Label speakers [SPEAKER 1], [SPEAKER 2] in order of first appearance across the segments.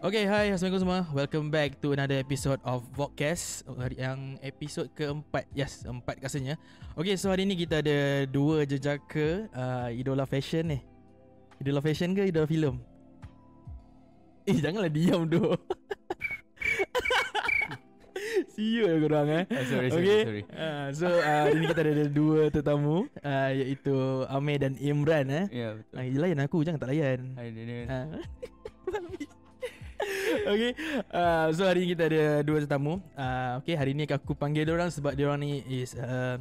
[SPEAKER 1] Okay, hi. Assalamualaikum semua. Welcome back to another episode of Vodcast. Hari- Yang episod keempat. Yes, empat rasanya. Okay, so hari ni kita ada dua jejaka uh, idola fashion ni. Idola fashion ke idola filem? Eh, janganlah diam doh. Siut lah korang eh
[SPEAKER 2] Ah, sorry, sorry, sorry.
[SPEAKER 1] Uh, So uh, hari ni kita ada dua tetamu uh, Iaitu Amir dan Imran eh
[SPEAKER 2] Ya betul
[SPEAKER 1] Ah, Layan aku, jangan tak layan
[SPEAKER 2] Hai dia dia
[SPEAKER 1] Ah. okay uh, So hari ni kita ada Dua tetamu uh, Okay hari ni aku panggil orang Sebab orang ni is uh,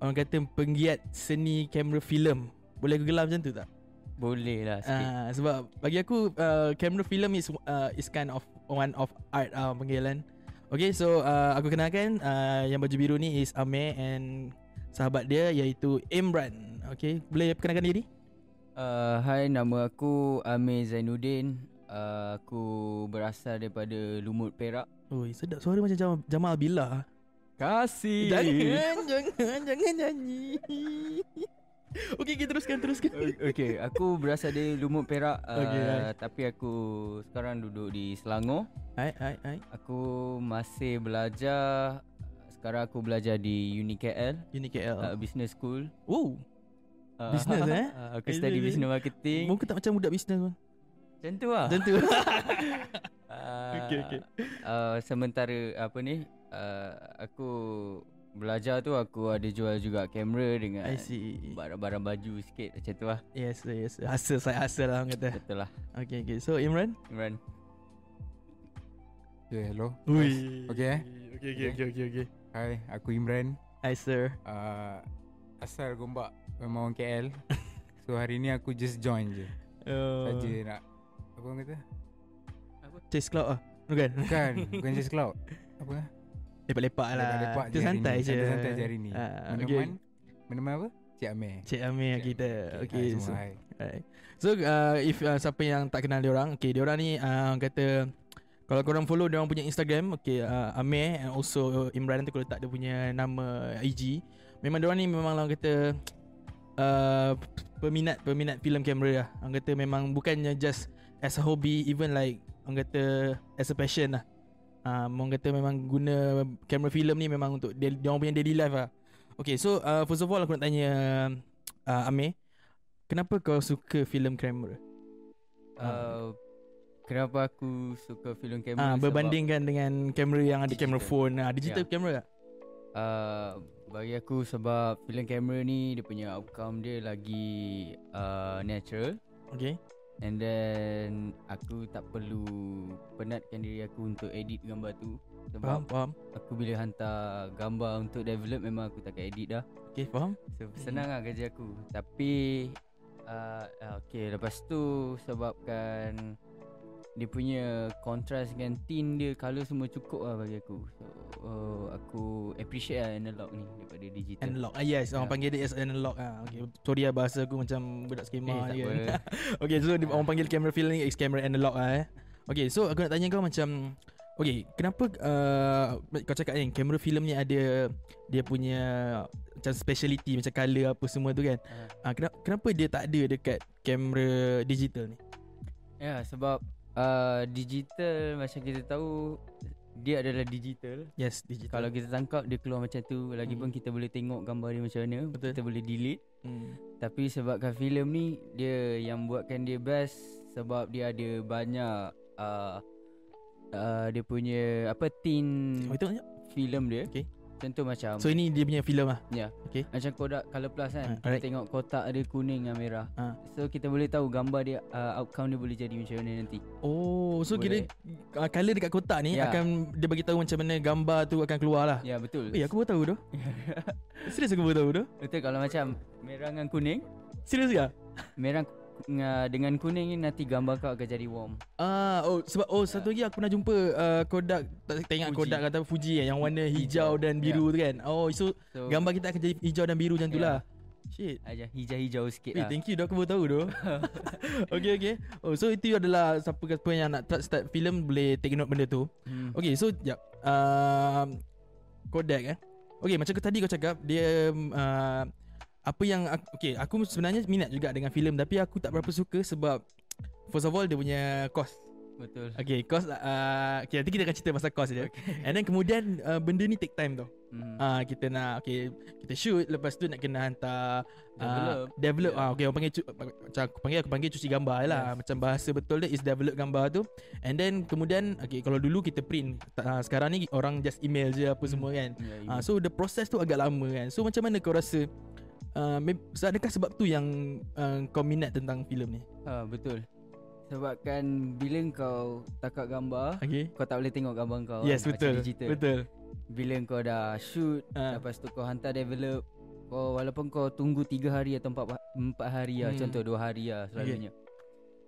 [SPEAKER 1] Orang kata penggiat Seni kamera filem Boleh aku gelar macam tu tak?
[SPEAKER 2] Boleh lah sikit
[SPEAKER 1] Uh, sebab bagi aku uh, Kamera filem is uh, Is kind of One of art uh, Panggilan Okay so uh, Aku kenalkan uh, Yang baju biru ni is Amir And Sahabat dia Iaitu Imran Okay Boleh perkenalkan diri?
[SPEAKER 2] uh, Hai nama aku Amir Zainuddin uh, Aku berasal daripada Lumut Perak
[SPEAKER 1] Ui, sedap suara macam Jamal, Jamal Bila
[SPEAKER 2] Kasih
[SPEAKER 1] Jangan Jangan Jangan nyanyi Okay kita teruskan Teruskan
[SPEAKER 2] Okay aku berasal dari Lumut Perak uh,
[SPEAKER 1] Okay, hai.
[SPEAKER 2] Tapi aku sekarang duduk di Selangor
[SPEAKER 1] Hai hai hai
[SPEAKER 2] Aku masih belajar Sekarang aku belajar di UniKL
[SPEAKER 1] Uni
[SPEAKER 2] uh,
[SPEAKER 1] KL
[SPEAKER 2] Business School
[SPEAKER 1] Wow Oh.
[SPEAKER 2] uh,
[SPEAKER 1] Business, eh?
[SPEAKER 2] uh, Aku study business marketing
[SPEAKER 1] Muka tak macam budak bisnes pun
[SPEAKER 2] Macam tu lah
[SPEAKER 1] Macam tu Okey,
[SPEAKER 2] okay,
[SPEAKER 1] okey.
[SPEAKER 2] Uh, sementara apa ni uh, aku belajar tu aku ada jual juga kamera dengan
[SPEAKER 1] I see
[SPEAKER 2] barang-barang baju sikit macam tu lah.
[SPEAKER 1] Yes yes Hustle saya hustle lah orang kata
[SPEAKER 2] Betul lah
[SPEAKER 1] Okay okay So Imran
[SPEAKER 2] Imran.
[SPEAKER 3] Okay, hello.
[SPEAKER 1] Ui
[SPEAKER 3] Okay, eh?
[SPEAKER 1] Okay okay okay okay, okay.
[SPEAKER 3] Hai, aku Imran.
[SPEAKER 1] Hi sir
[SPEAKER 3] Uh, asal Gombak, memang orang KL. so hari ni aku just join je.
[SPEAKER 1] uh,
[SPEAKER 3] Saja nak apa orang kata?
[SPEAKER 1] Chase cloud ah Bukan
[SPEAKER 3] Bukan, bukan just cloud. Apa?
[SPEAKER 1] Lepak-lepak lah
[SPEAKER 3] Lepak-lepak
[SPEAKER 1] Itu
[SPEAKER 3] hari
[SPEAKER 1] santai
[SPEAKER 3] ni.
[SPEAKER 1] je
[SPEAKER 3] Santai- santai je hari ni.
[SPEAKER 1] Ah,
[SPEAKER 3] Meneman, meneman apa? Cik Amir.
[SPEAKER 1] Cik Amir
[SPEAKER 3] Cik
[SPEAKER 1] kita
[SPEAKER 3] hai
[SPEAKER 1] Okay, so,
[SPEAKER 3] semua, hai.
[SPEAKER 1] Alright. So uh, if uh, siapa yang tak kenal diorang Okay diorang ni uh, orang kata Kalau korang follow diorang punya Instagram Okay uh, Amir and also uh, Imran nanti kalau tak dia punya nama IG Memang diorang ni memang lah orang kata uh, Peminat peminat filem kamera lah Orang kata memang bukannya just as a hobby Even like orang kata as a passion lah uh, Orang kata memang guna kamera filem ni memang untuk dia, diorang punya daily life lah Okay so uh, first of all aku nak tanya uh, Amir Kenapa kau suka filem kamera?
[SPEAKER 2] Uh, kenapa aku suka filem
[SPEAKER 1] Ah,
[SPEAKER 2] kamera?
[SPEAKER 1] berbandingkan dengan kamera yang ada kamera
[SPEAKER 2] Digital.
[SPEAKER 1] phone, ah digital
[SPEAKER 2] Ya.
[SPEAKER 1] kamera.
[SPEAKER 2] Sebab, uh, bagi aku sebab filem kamera ni dia punya outcome dia lagi uh, natural
[SPEAKER 1] Okay.
[SPEAKER 2] and then aku tak perlu penatkan diri aku untuk edit gambar tu sebab
[SPEAKER 1] Faham, faham.
[SPEAKER 2] Aku bila hantar gambar untuk develop memang aku takkan edit dah
[SPEAKER 1] Okay, faham.
[SPEAKER 2] So senang lah kerja aku Tapi uh, Okay lepas tu sebabkan Dia punya contrast dengan tint dia Colour semua cukup lah bagi aku So uh, aku appreciate lah analog ni daripada digital
[SPEAKER 1] Analog. Ah yes, orang
[SPEAKER 2] Ya.
[SPEAKER 1] panggil dia as analog. Ah okay. Sorry lah bahasa aku macam budak
[SPEAKER 2] Eh
[SPEAKER 1] skema
[SPEAKER 2] tak
[SPEAKER 1] je.
[SPEAKER 2] apa
[SPEAKER 1] Okay, so dia- orang panggil kamera film ni as kamera analog ah eh. Okay, so aku nak tanya kau macam Okay, kenapa uh, kau cakap ni kamera filem ni ada dia punya macam speciality macam colour apa semua tu kan.
[SPEAKER 2] Ah.
[SPEAKER 1] Ah kenapa, kenapa dia tak ada dekat kamera digital ni?
[SPEAKER 2] Ya sebab uh, digital macam kita tahu Dia adalah digital
[SPEAKER 1] Yes, digital.
[SPEAKER 2] Kalau kita tangkap dia keluar macam tu Lagipun kita boleh tengok gambar dia macam mana
[SPEAKER 1] Hmm. Betul.
[SPEAKER 2] Kita boleh delete
[SPEAKER 1] hmm.
[SPEAKER 2] Tapi sebabkan filem ni dia yang buatkan dia best sebab dia ada banyak uh, uh, dia punya apa tin
[SPEAKER 1] Oh, tengok je.
[SPEAKER 2] filem dia.
[SPEAKER 1] Okey.
[SPEAKER 2] Contoh macam ya.
[SPEAKER 1] So ini dia punya filem lah.
[SPEAKER 2] macam kodak color plus kan.
[SPEAKER 1] Ah,
[SPEAKER 2] Kita
[SPEAKER 1] alright.
[SPEAKER 2] tengok kotak dia kuning dengan merah.
[SPEAKER 1] Ah.
[SPEAKER 2] So kita boleh tahu gambar dia uh, outcome dia boleh jadi macam mana nanti.
[SPEAKER 1] Oh, so
[SPEAKER 2] Boleh.
[SPEAKER 1] kira uh, color dekat kotak ni
[SPEAKER 2] Ya.
[SPEAKER 1] akan dia bagi tahu macam mana gambar tu akan keluar lah.
[SPEAKER 2] Ya betul.
[SPEAKER 1] Eh, aku baru tahu tu. Serius aku baru tahu tu.
[SPEAKER 2] Betul kalau macam merah dengan kuning,
[SPEAKER 1] Serius ke?
[SPEAKER 2] merah ku- uh, dengan kuning ni nanti gambar kau akan jadi warm.
[SPEAKER 1] Ah, oh sebab oh satu lagi aku pernah jumpa uh, Kodak tak tak ingat
[SPEAKER 2] Fuji. Ya.
[SPEAKER 1] Kodak kata Fuji eh, yang warna hijau dan biru tu kan. Oh, so
[SPEAKER 2] So
[SPEAKER 1] gambar kita akan jadi hijau dan biru macam tu
[SPEAKER 2] Ya.
[SPEAKER 1] lah. Shit.
[SPEAKER 2] aja hijau-hijau sikit
[SPEAKER 1] Eh,
[SPEAKER 2] lah.
[SPEAKER 1] thank you dah aku baru tahu tu. okay, okay. Oh, so itu adalah siapa-siapa yang nak start, start filem boleh take note benda tu.
[SPEAKER 2] Hmm.
[SPEAKER 1] Okay so jap um, Kodak eh Okay macam ke tadi kau cakap Dia um, uh, Apa yang aku, Okay aku sebenarnya minat juga dengan filem Tapi aku tak berapa suka sebab First of all dia punya cost
[SPEAKER 2] Betul.
[SPEAKER 1] Okay kos uh, Okay nanti kita akan cerita pasal kos dia And then kemudian uh, Benda ni take time tau
[SPEAKER 2] Mm.
[SPEAKER 1] Ah Kita nak Okay Kita shoot Lepas tu nak kena hantar
[SPEAKER 2] Develop.
[SPEAKER 1] uh, Develop
[SPEAKER 2] Yeah.
[SPEAKER 1] yeah. ah, Okay orang panggil cu- Macam aku panggil Aku panggil cuci gambar je lah
[SPEAKER 2] Yes.
[SPEAKER 1] Macam bahasa betul dia Is develop gambar tu And then kemudian Okay kalau dulu kita print uh, Sekarang ni orang just email je Apa semua kan
[SPEAKER 2] Ya,
[SPEAKER 1] Ah,
[SPEAKER 2] ya.
[SPEAKER 1] so the process tu agak lama kan. So macam mana kau rasa uh, mem- so adakah sebab tu yang uh, kau minat tentang filem ni?
[SPEAKER 2] Ha, betul. Sebabkan bila kau tangkap gambar,
[SPEAKER 1] Okay.
[SPEAKER 2] kau tak boleh tengok gambar kau.
[SPEAKER 1] yes
[SPEAKER 2] kan,
[SPEAKER 1] betul.
[SPEAKER 2] Macam digital.
[SPEAKER 1] Betul.
[SPEAKER 2] Bila kau dah shoot,
[SPEAKER 1] Ah.
[SPEAKER 2] Lepas tu kau hantar develop kau walaupun kau tunggu 3 hari atau 4 4 hari lah
[SPEAKER 1] Hmm.
[SPEAKER 2] hmm. contoh 2 hari lah selalunya.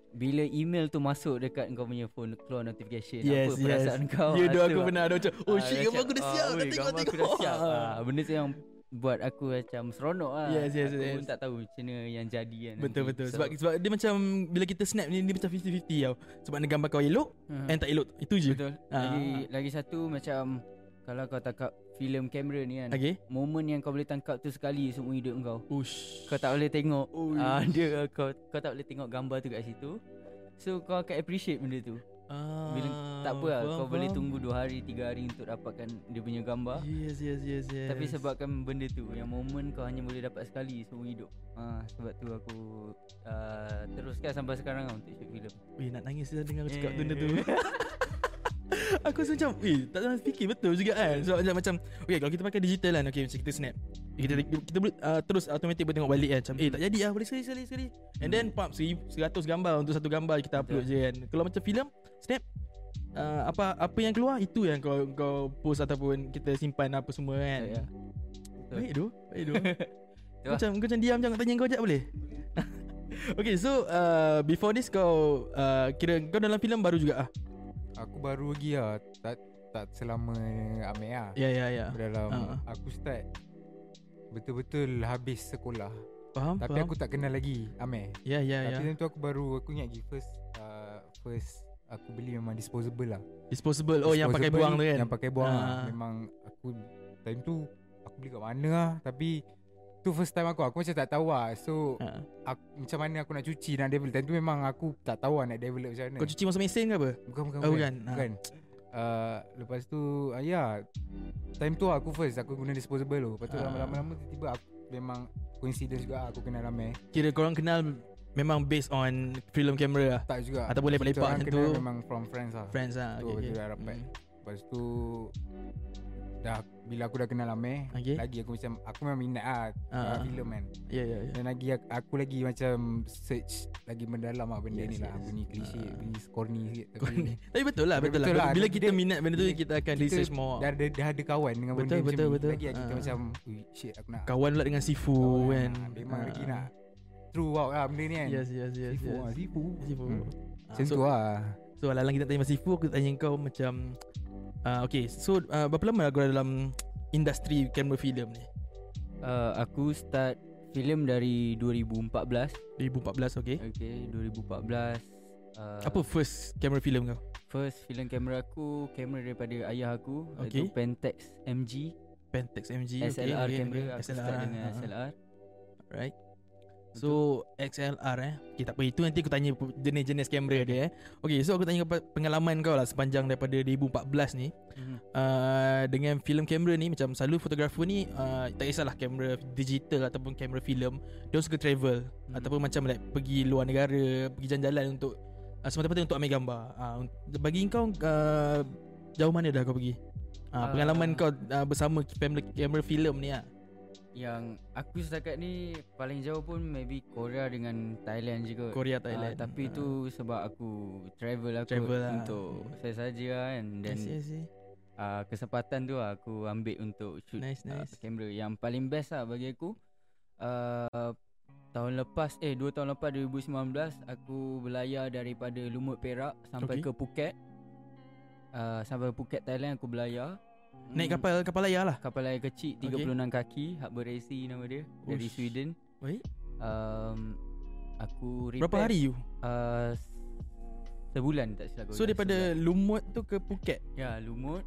[SPEAKER 2] Bila email tu masuk dekat kau punya phone keluar notification
[SPEAKER 1] Yes,
[SPEAKER 2] apa
[SPEAKER 1] yes.
[SPEAKER 2] perasaan kau?
[SPEAKER 1] Ya doa
[SPEAKER 2] Lepas tu,
[SPEAKER 1] aku pernah ada macam Oh
[SPEAKER 2] Oh, ah,
[SPEAKER 1] shit
[SPEAKER 2] dah
[SPEAKER 1] gambar aku dah
[SPEAKER 2] ah,
[SPEAKER 1] siap Dah
[SPEAKER 2] weh,
[SPEAKER 1] tengok
[SPEAKER 2] gambar
[SPEAKER 1] tengok
[SPEAKER 2] Aku dah siap.
[SPEAKER 1] Ah.
[SPEAKER 2] Ah, benda tu yang buat aku macam seronok lah.
[SPEAKER 1] Yes, yes,
[SPEAKER 2] aku
[SPEAKER 1] yes.
[SPEAKER 2] pun tak tahu macam mana yang jadi kan.
[SPEAKER 1] Betul betul sebab sebab dia macam bila kita snap ni dia macam 50-50 tau. Sebab ada gambar kau elok
[SPEAKER 2] uh,
[SPEAKER 1] and tak elok. Itu je.
[SPEAKER 2] betul.
[SPEAKER 1] Ah.
[SPEAKER 2] Lagi lagi satu macam kalau kau tangkap filem kamera ni kan.
[SPEAKER 1] Okay.
[SPEAKER 2] Momen yang kau boleh tangkap tu sekali seumur hidup kau.
[SPEAKER 1] Ush.
[SPEAKER 2] Kau tak boleh tengok
[SPEAKER 1] Oh,
[SPEAKER 2] Ah uh, dia kau kau tak boleh tengok gambar tu kat situ. So kau akan appreciate benda tu.
[SPEAKER 1] ah,
[SPEAKER 2] Bila tak apa lah,
[SPEAKER 1] faham,
[SPEAKER 2] kau boleh
[SPEAKER 1] faham.
[SPEAKER 2] tunggu 2 hari, 3 hari untuk dapatkan dia punya gambar.
[SPEAKER 1] Yes yes yes yes.
[SPEAKER 2] Tapi sebabkan benda tu yang momen kau hanya boleh dapat sekali seumur hidup. Ah sebab tu aku uh, teruskan sampai sekarang lah untuk shoot filem.
[SPEAKER 1] Weh Eh, nak nangis dah dengar aku cakap
[SPEAKER 2] Eh.
[SPEAKER 1] benda tu Aku rasa macam Eh tak pernah fikir betul juga kan Sebab macam, macam Okay kalau kita pakai digital kan Okay macam kita snap Kita kita boleh uh, terus automatic boleh tengok balik kan Macam eh tak jadi lah boleh sekali sekali sekali And then pump seri- seratus gambar untuk satu gambar kita upload je kan Kalau macam filem Snap uh, apa apa yang keluar itu yang kau kau post ataupun kita simpan apa semua kan.
[SPEAKER 2] Ya, ya. Betul.
[SPEAKER 1] Baik tu, baik tu.
[SPEAKER 2] lah.
[SPEAKER 1] macam kau macam diam jangan tanya kau ajak boleh? okay, so uh, before this kau uh, kira kau dalam filem baru juga ah.
[SPEAKER 3] Aku baru lagi lah Tak, tak selama Amir lah
[SPEAKER 1] Ya ya ya.
[SPEAKER 3] Dalam
[SPEAKER 1] Ah.
[SPEAKER 3] Aku start Betul-betul habis sekolah
[SPEAKER 1] Faham
[SPEAKER 3] Tapi
[SPEAKER 1] faham.
[SPEAKER 3] aku tak kenal lagi Amir
[SPEAKER 1] Ya ya ya.
[SPEAKER 3] Tapi time tu aku baru Aku ingat lagi first uh, First Aku beli memang disposable lah
[SPEAKER 1] Disposable. Oh yang pakai buang
[SPEAKER 3] Disposable
[SPEAKER 1] tu kan.
[SPEAKER 3] Yang pakai buang lah
[SPEAKER 1] Ah.
[SPEAKER 3] Memang aku Time tu Aku beli kat mana lah Tapi Tu first time aku Aku macam tak tahu lah So
[SPEAKER 1] Ah.
[SPEAKER 3] aku, Macam mana aku nak cuci Nak develop Time tu memang aku Tak tahu lah nak develop macam mana
[SPEAKER 1] Kau cuci masuk mesin ke apa?
[SPEAKER 3] Bukan bukan
[SPEAKER 1] Oh, bukan.
[SPEAKER 3] bukan.
[SPEAKER 1] Ah.
[SPEAKER 3] bukan. Uh, lepas tu uh, ya time tu aku first aku guna disposable tu. Lepas tu
[SPEAKER 1] Ah.
[SPEAKER 3] lama-lama tiba-tiba aku memang coincidence juga lah, aku kenal Amir.
[SPEAKER 1] Kira korang kenal memang based on film kamera lah.
[SPEAKER 3] Tak juga.
[SPEAKER 1] Ataupun
[SPEAKER 3] Kita
[SPEAKER 1] lepak-lepak
[SPEAKER 3] orang
[SPEAKER 1] macam
[SPEAKER 3] kenal
[SPEAKER 1] tu.
[SPEAKER 3] memang from friends lah.
[SPEAKER 1] Friends lah.
[SPEAKER 3] Tu
[SPEAKER 1] Okay, okay.
[SPEAKER 3] kita dah rapat. Lepas tu dah bila aku dah kenal Amir
[SPEAKER 1] Okay.
[SPEAKER 3] lagi aku macam aku memang minat ah
[SPEAKER 1] Ah.
[SPEAKER 3] uh, filem kan.
[SPEAKER 1] Ya ya ya.
[SPEAKER 3] Dan lagi aku, aku lagi macam search lagi mendalam lah benda
[SPEAKER 1] Yes,
[SPEAKER 3] ni lah
[SPEAKER 1] yes.
[SPEAKER 3] bunyi klise
[SPEAKER 1] Ah.
[SPEAKER 3] bunyi corny sikit tapi
[SPEAKER 1] Tapi betul lah,
[SPEAKER 3] Tapi
[SPEAKER 1] betul,
[SPEAKER 3] betul
[SPEAKER 1] lah.
[SPEAKER 3] lah.
[SPEAKER 1] Bila
[SPEAKER 3] Dia-
[SPEAKER 1] kita
[SPEAKER 3] dia-
[SPEAKER 1] minat benda tu
[SPEAKER 3] dia-
[SPEAKER 1] kita akan
[SPEAKER 3] kita
[SPEAKER 1] research more.
[SPEAKER 3] dah ada dah ada kawan dengan
[SPEAKER 1] Betul,
[SPEAKER 3] benda macam
[SPEAKER 1] betul,
[SPEAKER 3] ni.
[SPEAKER 1] betul.
[SPEAKER 3] lagi lah kita
[SPEAKER 1] Ah.
[SPEAKER 3] macam "Ui, shit aku nak
[SPEAKER 1] Kawan pula dengan Sifu kan.
[SPEAKER 3] Ah, memang
[SPEAKER 1] Ah.
[SPEAKER 3] lagi nak throughout lah benda ni kan
[SPEAKER 1] Yes yes yes.
[SPEAKER 3] sifu
[SPEAKER 1] yes.
[SPEAKER 3] ah sifu
[SPEAKER 1] Sifu. Ah,
[SPEAKER 3] Hmm. macam
[SPEAKER 1] so,
[SPEAKER 3] tu lah
[SPEAKER 1] so alang kita tanya Mas Sifu aku tanya kau macam uh, okay so uh, berapa lama kau dalam industri kamera filem ni?
[SPEAKER 2] Uh, aku start filem dari 2014.
[SPEAKER 1] 2014 okay.
[SPEAKER 2] Okey, 2014. Uh,
[SPEAKER 3] Ah.
[SPEAKER 1] Apa first kamera filem kau?
[SPEAKER 2] First filem kamera aku Kamera daripada ayah aku
[SPEAKER 1] Okey.
[SPEAKER 2] okay. Iaitu Pentax MG
[SPEAKER 1] Pentax MG okay,
[SPEAKER 2] SLR
[SPEAKER 1] okay,
[SPEAKER 2] kamera
[SPEAKER 1] okay.
[SPEAKER 2] Aku start
[SPEAKER 1] ah,
[SPEAKER 2] dengan
[SPEAKER 1] ah,
[SPEAKER 2] SLR
[SPEAKER 1] Right. So XLR eh Okay tak apa Itu nanti aku tanya Jenis-jenis kamera dia eh Okay so aku tanya kepa- pengalaman kau lah Sepanjang daripada 2014 ni
[SPEAKER 2] Mhm.
[SPEAKER 1] uh, Dengan filem kamera ni Macam selalu fotografer ni uh, Tak kisahlah kamera digital Ataupun kamera filem Dia orang suka travel hmm. Ataupun macam like Pergi luar negara Pergi jalan-jalan untuk uh, Semata-mata untuk ambil gambar uh, Bagi kau uh, Jauh mana dah kau pergi? Uh,
[SPEAKER 2] Ah.
[SPEAKER 1] pengalaman kau uh, bersama family kamera filem ni lah
[SPEAKER 2] Yang aku setakat ni Paling jauh pun maybe Korea dengan Thailand je kot
[SPEAKER 1] Korea,
[SPEAKER 2] Ah,
[SPEAKER 1] Thailand
[SPEAKER 2] Tapi
[SPEAKER 1] Ah.
[SPEAKER 2] tu sebab aku travel lah kot
[SPEAKER 1] Travel lah.
[SPEAKER 2] Untuk saya saja lah kan Dan
[SPEAKER 1] Yes, yes, yes.
[SPEAKER 2] ah, kesempatan tu lah aku ambil untuk shoot
[SPEAKER 1] Nice,
[SPEAKER 2] ah,
[SPEAKER 1] nice.
[SPEAKER 2] kamera Yang paling best lah bagi aku uh, Tahun lepas Eh 2 tahun lepas 2019 Aku berlayar daripada Lumut Perak Sampai
[SPEAKER 1] Okey.
[SPEAKER 2] ke Phuket uh, Sampai Phuket Thailand aku berlayar
[SPEAKER 1] Naik
[SPEAKER 2] Hmm,
[SPEAKER 1] kapal kapal layar lah
[SPEAKER 2] Kapal layar kecil 36 kaki Harbour Racy nama dia Dari
[SPEAKER 1] Ush.
[SPEAKER 2] Sweden
[SPEAKER 1] Baik.
[SPEAKER 2] um, Aku repair,
[SPEAKER 1] Berapa hari you?
[SPEAKER 2] Uh, sebulan tak silap aku
[SPEAKER 1] So
[SPEAKER 2] ingat,
[SPEAKER 1] daripada
[SPEAKER 2] sebulan.
[SPEAKER 1] Lumut tu ke Phuket
[SPEAKER 2] Ya Lumut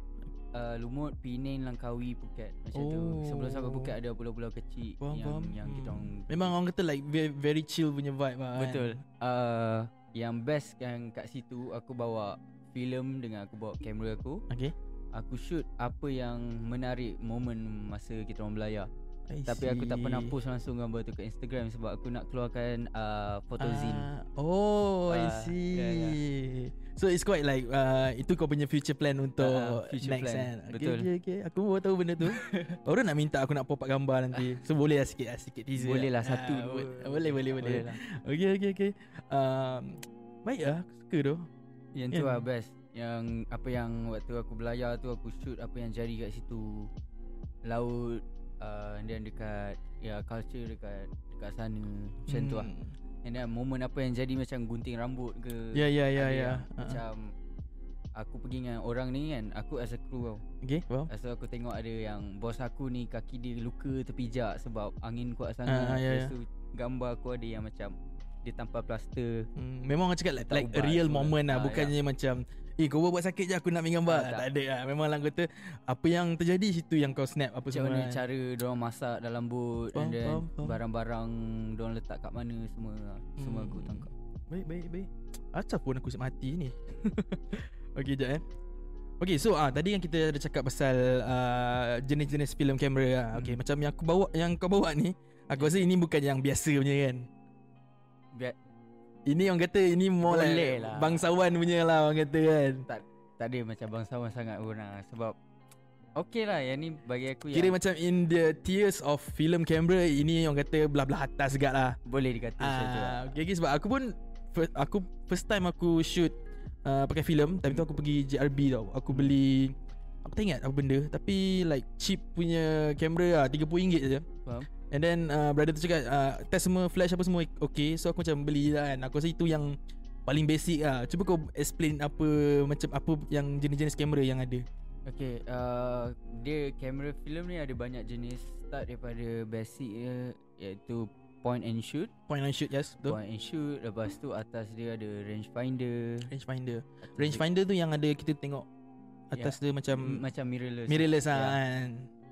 [SPEAKER 2] uh, Lumut, Penang, Langkawi, Phuket Macam tu Sebelum sampai
[SPEAKER 1] Oh.
[SPEAKER 2] Phuket ada pulau-pulau kecil
[SPEAKER 1] Faham,
[SPEAKER 2] Yang,
[SPEAKER 1] faham.
[SPEAKER 2] yang kita
[SPEAKER 1] Hmm.
[SPEAKER 2] orang
[SPEAKER 1] Memang orang kata like ve- Very chill punya vibe lah kan?
[SPEAKER 2] Betul uh, Yang best kan kat situ aku bawa filem dengan aku bawa kamera aku.
[SPEAKER 1] Okay
[SPEAKER 2] Aku shoot apa yang menarik momen masa kita orang belayar. Tapi aku tak pernah post langsung gambar tu kat Instagram sebab aku nak keluarkan uh, photo zine.
[SPEAKER 1] Ah, oh, I
[SPEAKER 2] Ah,
[SPEAKER 1] see.
[SPEAKER 2] ya, ya.
[SPEAKER 1] So it's quite like uh, itu kau punya future plan untuk
[SPEAKER 2] Ah, future
[SPEAKER 1] next
[SPEAKER 2] plan.
[SPEAKER 1] kan. Okay,
[SPEAKER 2] Betul.
[SPEAKER 1] Okay, okay. Aku baru tahu benda tu. Orang nak minta aku nak pop up gambar nanti. So boleh lah sikit lah sikit teaser.
[SPEAKER 2] Boleh
[SPEAKER 1] Ah,
[SPEAKER 2] lah, satu, dua.
[SPEAKER 1] bo- boleh boleh boleh.
[SPEAKER 2] lah.
[SPEAKER 1] Okay okay okay. Um, baik lah aku suka tu.
[SPEAKER 2] Yang tu
[SPEAKER 1] Kan?
[SPEAKER 2] lah best Yang apa yang waktu aku belayar tu Aku shoot apa yang jari kat situ Laut uh, And then dekat Ya culture dekat Dekat sana Macam tu lah And then moment apa yang jadi Macam gunting rambut ke
[SPEAKER 1] Hmm. Ya ya ya ya.
[SPEAKER 2] ada yang Macam Aku pergi dengan orang ni kan Aku as a crew tau
[SPEAKER 1] Okay, faham.
[SPEAKER 2] Lepas tu aku tengok ada yang Bos aku ni kaki dia luka terpijak Sebab angin kuat sangat
[SPEAKER 1] ah, ya,
[SPEAKER 2] Lepas tu gambar aku ada yang macam Dia tanpa plaster
[SPEAKER 1] Hmm, memang orang cakap like,
[SPEAKER 2] Tak
[SPEAKER 1] like a
[SPEAKER 2] ubat
[SPEAKER 1] real
[SPEAKER 2] semua.
[SPEAKER 1] moment lah
[SPEAKER 2] Ah,
[SPEAKER 1] Bukannya macam Eh kau buat sakit je aku nak ambil gambar
[SPEAKER 2] Ah, tak.
[SPEAKER 1] tak. ada lah Memang lah kata Apa yang terjadi situ yang kau snap apa
[SPEAKER 2] Macam
[SPEAKER 1] semua
[SPEAKER 2] mana
[SPEAKER 1] kan.
[SPEAKER 2] cara diorang masak dalam boat
[SPEAKER 1] Faham,
[SPEAKER 2] And then
[SPEAKER 1] faham, faham.
[SPEAKER 2] barang-barang diorang letak kat mana semua Semua aku
[SPEAKER 1] Hmm.
[SPEAKER 2] tangkap
[SPEAKER 1] Baik, baik, baik. Acah pun aku siap mati ni. Okey, jap eh. Okey, so ah tadi yang kita ada cakap pasal uh, jenis-jenis filem kamera lah. Okey,
[SPEAKER 2] Hmm.
[SPEAKER 1] macam yang aku bawa yang kau bawa ni, aku rasa ini bukan yang biasa punya kan.
[SPEAKER 2] Biar
[SPEAKER 1] Ini orang kata ini more
[SPEAKER 2] Boleh
[SPEAKER 1] like
[SPEAKER 2] lah.
[SPEAKER 1] bangsawan punya lah orang kata kan.
[SPEAKER 2] tak ada macam bangsawan sangat orang Sebab Okay lah yang ni bagi aku
[SPEAKER 1] Kira
[SPEAKER 2] yang
[SPEAKER 1] macam in the tiers of film kamera ini orang kata belah-belah atas gak lah.
[SPEAKER 2] boleh dikata macam tu lah
[SPEAKER 1] Ah, okay, okay, sebab aku pun first, aku first time aku shoot uh, pakai filem, tapi tu aku pergi JRB tau. Aku beli aku tak ingat apa benda tapi like cheap punya kamera lah RM30 je.
[SPEAKER 2] Faham.
[SPEAKER 1] And then uh, brother tu cakap uh, test semua flash apa semua okay. So aku macam beli lah kan. Aku rasa itu yang paling basic lah. Cuba kau explain apa macam apa yang jenis-jenis kamera yang ada.
[SPEAKER 2] Okay uh, Dia kamera filem ni ada banyak jenis Start daripada basic dia Iaitu point and shoot
[SPEAKER 1] Point and shoot yes, betul.
[SPEAKER 2] Point and shoot Lepas tu atas dia ada range finder
[SPEAKER 1] Range finder. Range finder tu yang ada kita tengok atas dia macam
[SPEAKER 2] Ya. Macam mirrorless
[SPEAKER 1] mirrorless lah
[SPEAKER 2] Ya.
[SPEAKER 1] kan.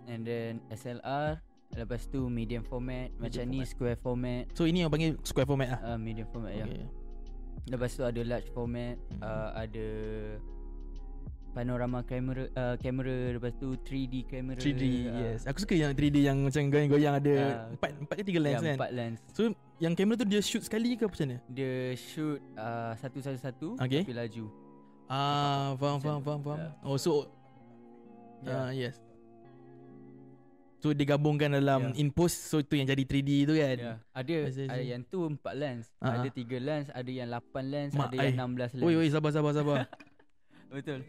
[SPEAKER 2] And then SLR Lepas tu medium format medium Macam format. ni
[SPEAKER 1] format.
[SPEAKER 2] square format
[SPEAKER 1] So ini yang panggil square format lah.
[SPEAKER 2] uh, Medium format okay. ya
[SPEAKER 1] Okay.
[SPEAKER 2] Lepas tu ada large format
[SPEAKER 1] Hmm.
[SPEAKER 2] hmm. uh, Ada Panorama kamera uh, kamera Lepas tu 3D kamera
[SPEAKER 1] 3D
[SPEAKER 2] ah.
[SPEAKER 1] yes Aku suka yang 3D yang macam goyang-goyang ada
[SPEAKER 2] Ah.
[SPEAKER 1] empat empat ke tiga lens
[SPEAKER 2] Ya,
[SPEAKER 1] kan
[SPEAKER 2] empat lens
[SPEAKER 1] So yang kamera tu dia shoot sekali ke macam mana?
[SPEAKER 2] Dia shoot uh, Satu-satu-satu
[SPEAKER 1] Okay.
[SPEAKER 2] Tapi laju
[SPEAKER 1] Ah faham
[SPEAKER 2] Macam
[SPEAKER 1] faham
[SPEAKER 2] tu.
[SPEAKER 1] faham faham
[SPEAKER 2] Ya.
[SPEAKER 1] Oh so
[SPEAKER 2] Ya.
[SPEAKER 1] ah, yes So digabungkan dalam
[SPEAKER 2] Ya.
[SPEAKER 1] in post So tu yang jadi 3D tu kan
[SPEAKER 2] yeah. Ya, Ada
[SPEAKER 1] I see, I
[SPEAKER 2] ada
[SPEAKER 1] see.
[SPEAKER 2] yang tu empat lens
[SPEAKER 1] Ah, ah.
[SPEAKER 2] Ada tiga lens Ada yang lapan lens
[SPEAKER 1] Mak
[SPEAKER 2] Ada
[SPEAKER 1] ai.
[SPEAKER 2] yang enam belas lens
[SPEAKER 1] Oi oi sabar sabar sabar
[SPEAKER 2] Betul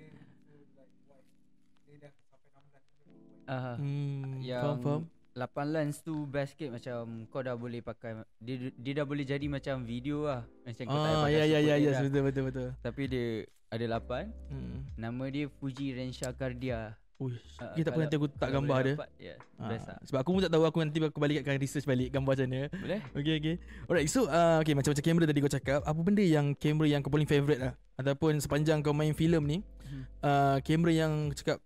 [SPEAKER 2] Ah,
[SPEAKER 1] hmm,
[SPEAKER 2] Yang
[SPEAKER 1] Faham faham
[SPEAKER 2] 8 lens tu best sikit macam kau dah boleh pakai dia dia dah boleh jadi macam video lah macam kau tak payah
[SPEAKER 1] Ah
[SPEAKER 2] pakai
[SPEAKER 1] ya ya ya
[SPEAKER 2] superlayer
[SPEAKER 1] ya
[SPEAKER 2] lah.
[SPEAKER 1] betul betul betul
[SPEAKER 2] tapi dia ada 8
[SPEAKER 1] hmm.
[SPEAKER 2] nama dia Fuji Renshakardia
[SPEAKER 1] Uish,
[SPEAKER 2] Ah,
[SPEAKER 1] eh, tak apa
[SPEAKER 2] kalau-
[SPEAKER 1] nanti aku tak gambar dia
[SPEAKER 2] ya yeah,
[SPEAKER 1] Ah,
[SPEAKER 2] best lah
[SPEAKER 1] Sebab aku pun tak tahu Aku nanti aku balik akan research balik Gambar macam mana
[SPEAKER 2] boleh
[SPEAKER 1] Okay okay Alright so uh, Okay macam-macam kamera tadi kau cakap Apa benda yang Kamera yang kau paling favourite lah Ataupun sepanjang kau main filem ni
[SPEAKER 2] Mhm.
[SPEAKER 1] uh, Kamera yang cakap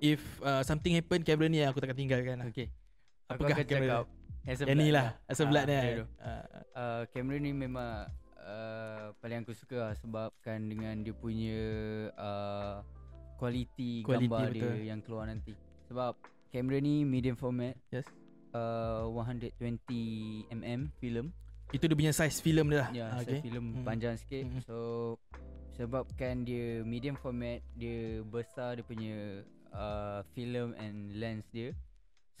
[SPEAKER 1] If uh, something happen Kamera ni yang aku takkan tinggalkan lah
[SPEAKER 2] okey aku
[SPEAKER 1] Apakah
[SPEAKER 2] akan
[SPEAKER 1] kamera?
[SPEAKER 2] cakap as a
[SPEAKER 1] Yang ni
[SPEAKER 2] blood
[SPEAKER 1] lah As a blood
[SPEAKER 2] Ah,
[SPEAKER 1] ni
[SPEAKER 2] dia tu.
[SPEAKER 1] Ah,
[SPEAKER 2] uh, kamera ni memang uh, paling aku suka lah sebabkan dengan dia punya uh, kualiti
[SPEAKER 1] Kualiti,
[SPEAKER 2] gambar
[SPEAKER 1] betul.
[SPEAKER 2] dia yang keluar nanti sebab kamera ni medium format
[SPEAKER 1] Yes.
[SPEAKER 2] uh, 120 mm film
[SPEAKER 1] Itu dia punya size filem dia lah
[SPEAKER 2] ya
[SPEAKER 1] Ah,
[SPEAKER 2] okay. film
[SPEAKER 1] Mm.
[SPEAKER 2] panjang sikit
[SPEAKER 1] Mm.
[SPEAKER 2] so sebabkan dia medium format dia besar dia punya uh, film and lens dia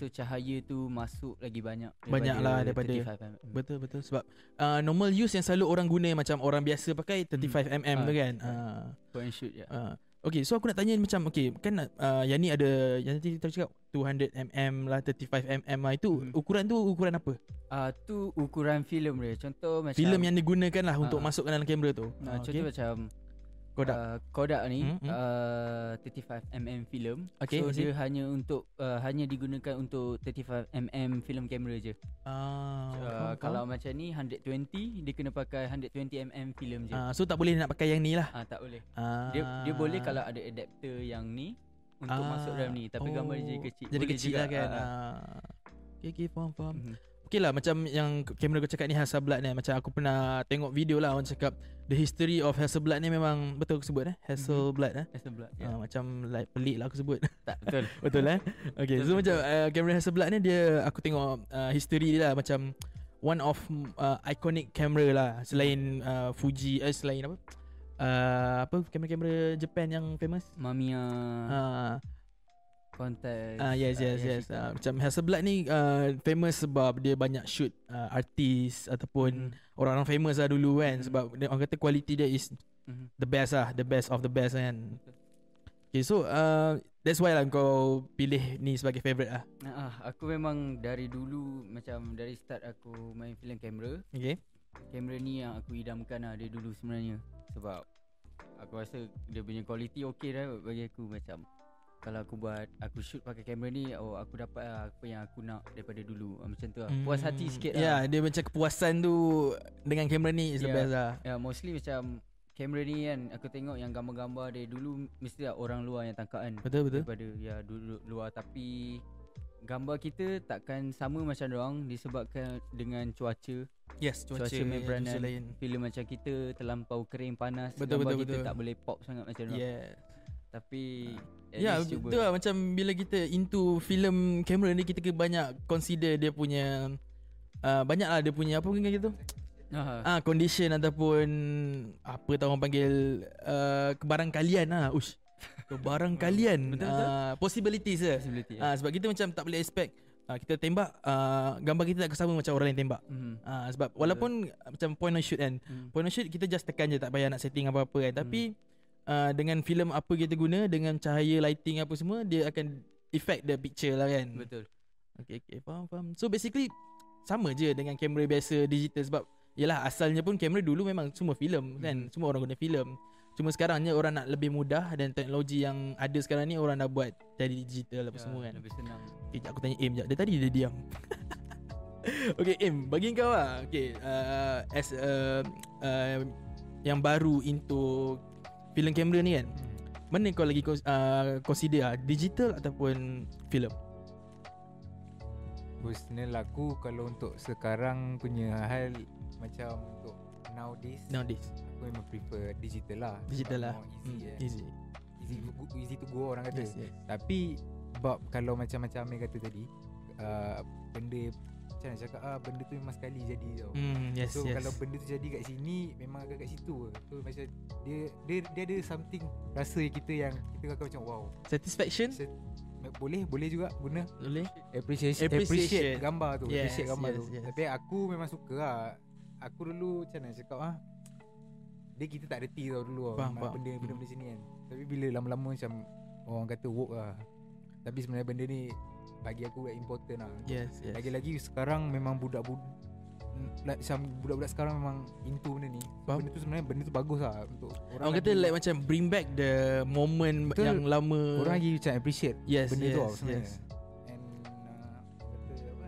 [SPEAKER 2] so cahaya tu masuk lagi banyak
[SPEAKER 1] Banyak lah daripada-
[SPEAKER 2] 35 mm.
[SPEAKER 1] Betul betul sebab uh, Normal use yang selalu orang guna Macam orang biasa pakai 35mm
[SPEAKER 2] Ah,
[SPEAKER 1] tu kan
[SPEAKER 2] right.
[SPEAKER 1] Ah,
[SPEAKER 2] point and shoot ya
[SPEAKER 1] ah. Okay so aku nak tanya macam Okay kan uh, yang ni ada Yang tadi kita cakap 200mm lah 35mm lah Itu
[SPEAKER 2] Mhm.
[SPEAKER 1] ukuran tu ukuran apa?
[SPEAKER 2] Ah uh, tu ukuran filem dia. Contoh macam
[SPEAKER 1] filem yang digunakan lah untuk
[SPEAKER 2] Ah, ah.
[SPEAKER 1] masukkan dalam kamera tu. Ah,
[SPEAKER 2] nah, contoh macam
[SPEAKER 1] Kodak.
[SPEAKER 2] Uh, Kodak ni
[SPEAKER 1] Hmm,
[SPEAKER 2] mm,
[SPEAKER 1] hmm.
[SPEAKER 2] Uh, 35mm filem.
[SPEAKER 1] Okay, I
[SPEAKER 2] so
[SPEAKER 1] see.
[SPEAKER 2] dia hanya untuk uh, hanya digunakan untuk 35mm filem kamera je.
[SPEAKER 1] Ah,
[SPEAKER 2] Uh,
[SPEAKER 1] faham,
[SPEAKER 2] kalau
[SPEAKER 1] faham.
[SPEAKER 2] macam ni 120 dia kena pakai 120mm filem je.
[SPEAKER 1] Ah,
[SPEAKER 2] Ah
[SPEAKER 1] so tak boleh nak pakai yang ni lah.
[SPEAKER 2] uh. tak boleh.
[SPEAKER 1] Ah.
[SPEAKER 2] Dia dia boleh kalau ada adapter yang ni untuk
[SPEAKER 1] Ah.
[SPEAKER 2] masuk dalam ni tapi gambar dia jadi kecil.
[SPEAKER 1] Jadi
[SPEAKER 2] Boleh
[SPEAKER 1] kecil
[SPEAKER 2] juga,
[SPEAKER 1] lah kan.
[SPEAKER 2] ah,
[SPEAKER 1] Ah. Okay, okay, faham,
[SPEAKER 2] ah.
[SPEAKER 1] faham.
[SPEAKER 2] Mhm.
[SPEAKER 1] Okay lah macam yang kamera kau cakap ni Hasselblad ni Macam aku pernah tengok video lah Orang cakap The history of Hasselblad ni memang Betul aku sebut eh
[SPEAKER 2] Mm-hmm.
[SPEAKER 1] Hasselblad eh
[SPEAKER 2] As a blood
[SPEAKER 1] yeah. uh, Macam like pelik lah aku sebut
[SPEAKER 2] Tak betul
[SPEAKER 1] Betul eh Okay
[SPEAKER 2] Betul,
[SPEAKER 1] so macam uh, Kamera Hasselblad ni dia Aku tengok uh, history dia lah Macam One of uh, iconic camera lah Selain uh, Fuji eh, Selain apa uh, Apa kamera-kamera Japan yang famous
[SPEAKER 2] Mamiya
[SPEAKER 1] uh,
[SPEAKER 2] Contest
[SPEAKER 1] Ah uh, yes yes yes. Uh, macam Hasselblad ni uh, famous sebab dia banyak shoot uh, artis
[SPEAKER 2] Hmm.
[SPEAKER 1] ataupun mm. orang-orang famous lah dulu kan
[SPEAKER 2] Mm.
[SPEAKER 1] sebab dia, orang kata quality dia is
[SPEAKER 2] Mhm.
[SPEAKER 1] the best lah, the best of the best kan. Okay so uh, that's why lah kau pilih ni sebagai favorite lah.
[SPEAKER 2] Ah, aku memang dari dulu macam dari start aku main filem kamera,
[SPEAKER 1] Okay.
[SPEAKER 2] kamera ni yang aku idamkan lah dari dulu sebenarnya sebab aku rasa dia punya quality okey dah bagi aku macam kalau aku buat aku shoot pakai kamera ni oh aku dapat lah apa yang aku nak daripada dulu Ah, macam tu lah. Puas hati sikit
[SPEAKER 1] Ya, yeah,
[SPEAKER 2] lah. Ya.
[SPEAKER 1] dia macam kepuasan tu dengan kamera ni is the
[SPEAKER 2] Yeah.
[SPEAKER 1] best lah.
[SPEAKER 2] Yeah, mostly macam kamera ni kan aku tengok yang gambar-gambar dari dulu mesti lah orang luar yang tangkap kan.
[SPEAKER 1] Betul betul.
[SPEAKER 2] daripada ya dulu luar tapi gambar kita takkan sama macam orang disebabkan dengan cuaca
[SPEAKER 1] Yes,
[SPEAKER 2] cuaca kan. main peranan. bila macam kita terlampau kering panas
[SPEAKER 1] Betul,
[SPEAKER 2] gambar
[SPEAKER 1] betul,
[SPEAKER 2] kita
[SPEAKER 1] betul.
[SPEAKER 2] tak boleh pop sangat macam orang
[SPEAKER 1] Yeah.
[SPEAKER 2] tapi at
[SPEAKER 1] Ya
[SPEAKER 2] least cuba
[SPEAKER 1] betul lah Macam bila kita into filem kamera ni Kita ke banyak consider dia punya uh, Banyak lah dia punya Apa panggil gitu
[SPEAKER 2] ah,
[SPEAKER 1] Ah condition ataupun Apa tau orang panggil uh, Kebarangkalian lah Ush Kebarangkalian
[SPEAKER 2] Betul, betul.
[SPEAKER 1] Ah, Possibilities lah
[SPEAKER 2] possibility ah.
[SPEAKER 1] ah, Sebab kita macam tak boleh expect ah, Kita tembak ah, Gambar kita tak sama macam orang lain tembak
[SPEAKER 2] Mhm.
[SPEAKER 1] ah, Sebab walaupun ah, Macam point and shoot kan
[SPEAKER 2] Mhm.
[SPEAKER 1] Point and shoot kita just tekan je Tak payah nak setting apa-apa kan Tapi
[SPEAKER 2] Hmm.
[SPEAKER 1] uh, Dengan filem apa kita guna Dengan cahaya lighting apa semua Dia akan Effect the picture lah kan
[SPEAKER 2] betul
[SPEAKER 1] Okay okay faham faham So basically Sama je dengan kamera biasa digital Sebab Yelah asalnya pun kamera dulu memang semua filem kan
[SPEAKER 2] Mhm.
[SPEAKER 1] Semua orang guna filem Cuma sekarangnya orang nak lebih mudah Dan teknologi yang ada sekarang ni Orang dah buat jadi digital apa
[SPEAKER 2] Ya,
[SPEAKER 1] semua kan
[SPEAKER 2] lebih senang
[SPEAKER 1] Okay, jap, aku tanya Aim jap. Dia tadi dia diam. okay, Aim, bagi kau lah. Okay, uh, as a, uh, yang baru into filem kamera ni kan. Mana kau lagi kons- uh, consider lah, digital ataupun filem?
[SPEAKER 3] Personal aku Kalau untuk sekarang punya hal Macam untuk nowadays
[SPEAKER 1] Nowadays,
[SPEAKER 3] Aku memang prefer digital lah Sebab
[SPEAKER 1] digital lah.
[SPEAKER 3] more
[SPEAKER 1] Hmm,
[SPEAKER 3] Easy, mm,
[SPEAKER 1] easy.
[SPEAKER 3] easy, to go- easy to go orang kata
[SPEAKER 1] Yes, yes.
[SPEAKER 3] Tapi Bab kalau macam-macam Amir kata tadi uh, Benda Macam nak cakap ah, Benda tu memang sekali jadi tau
[SPEAKER 1] Hmm, yes,
[SPEAKER 3] So
[SPEAKER 1] yes.
[SPEAKER 3] kalau benda tu jadi kat sini Memang agak kat situ lah. So macam dia, dia dia ada something Rasa kita yang Kita akan macam wow
[SPEAKER 1] Satisfaction,
[SPEAKER 3] Set- Boleh boleh juga guna
[SPEAKER 1] boleh?
[SPEAKER 3] appreciation,
[SPEAKER 1] Appreciation.
[SPEAKER 3] appreciate gambar tu
[SPEAKER 1] Yes,
[SPEAKER 3] appreciate gambar
[SPEAKER 1] yes,
[SPEAKER 3] tu
[SPEAKER 1] yes.
[SPEAKER 3] tapi aku memang suka lah aku dulu macam mana cakap ah dia kita tak reti tau dulu
[SPEAKER 1] Faham, faham.
[SPEAKER 3] tau
[SPEAKER 1] Hmm.
[SPEAKER 3] benda benda benda sini kan tapi bila lama-lama macam orang kata woke lah tapi sebenarnya benda ni bagi aku important lah
[SPEAKER 1] Yes, yes.
[SPEAKER 3] lagi-lagi sekarang memang budak-budak like, macam budak-budak sekarang memang into benda ni so,
[SPEAKER 1] Faham.
[SPEAKER 3] benda tu sebenarnya benda tu bagus lah untuk orang,
[SPEAKER 1] Orang kata
[SPEAKER 3] lagi,
[SPEAKER 1] like macam bring back the moment
[SPEAKER 3] Betul.
[SPEAKER 1] yang lama.
[SPEAKER 3] orang lagi macam appreciate
[SPEAKER 1] yes,
[SPEAKER 3] benda
[SPEAKER 1] yes,
[SPEAKER 3] tu tau sebenarnya
[SPEAKER 1] yes.
[SPEAKER 3] and uh, kata apa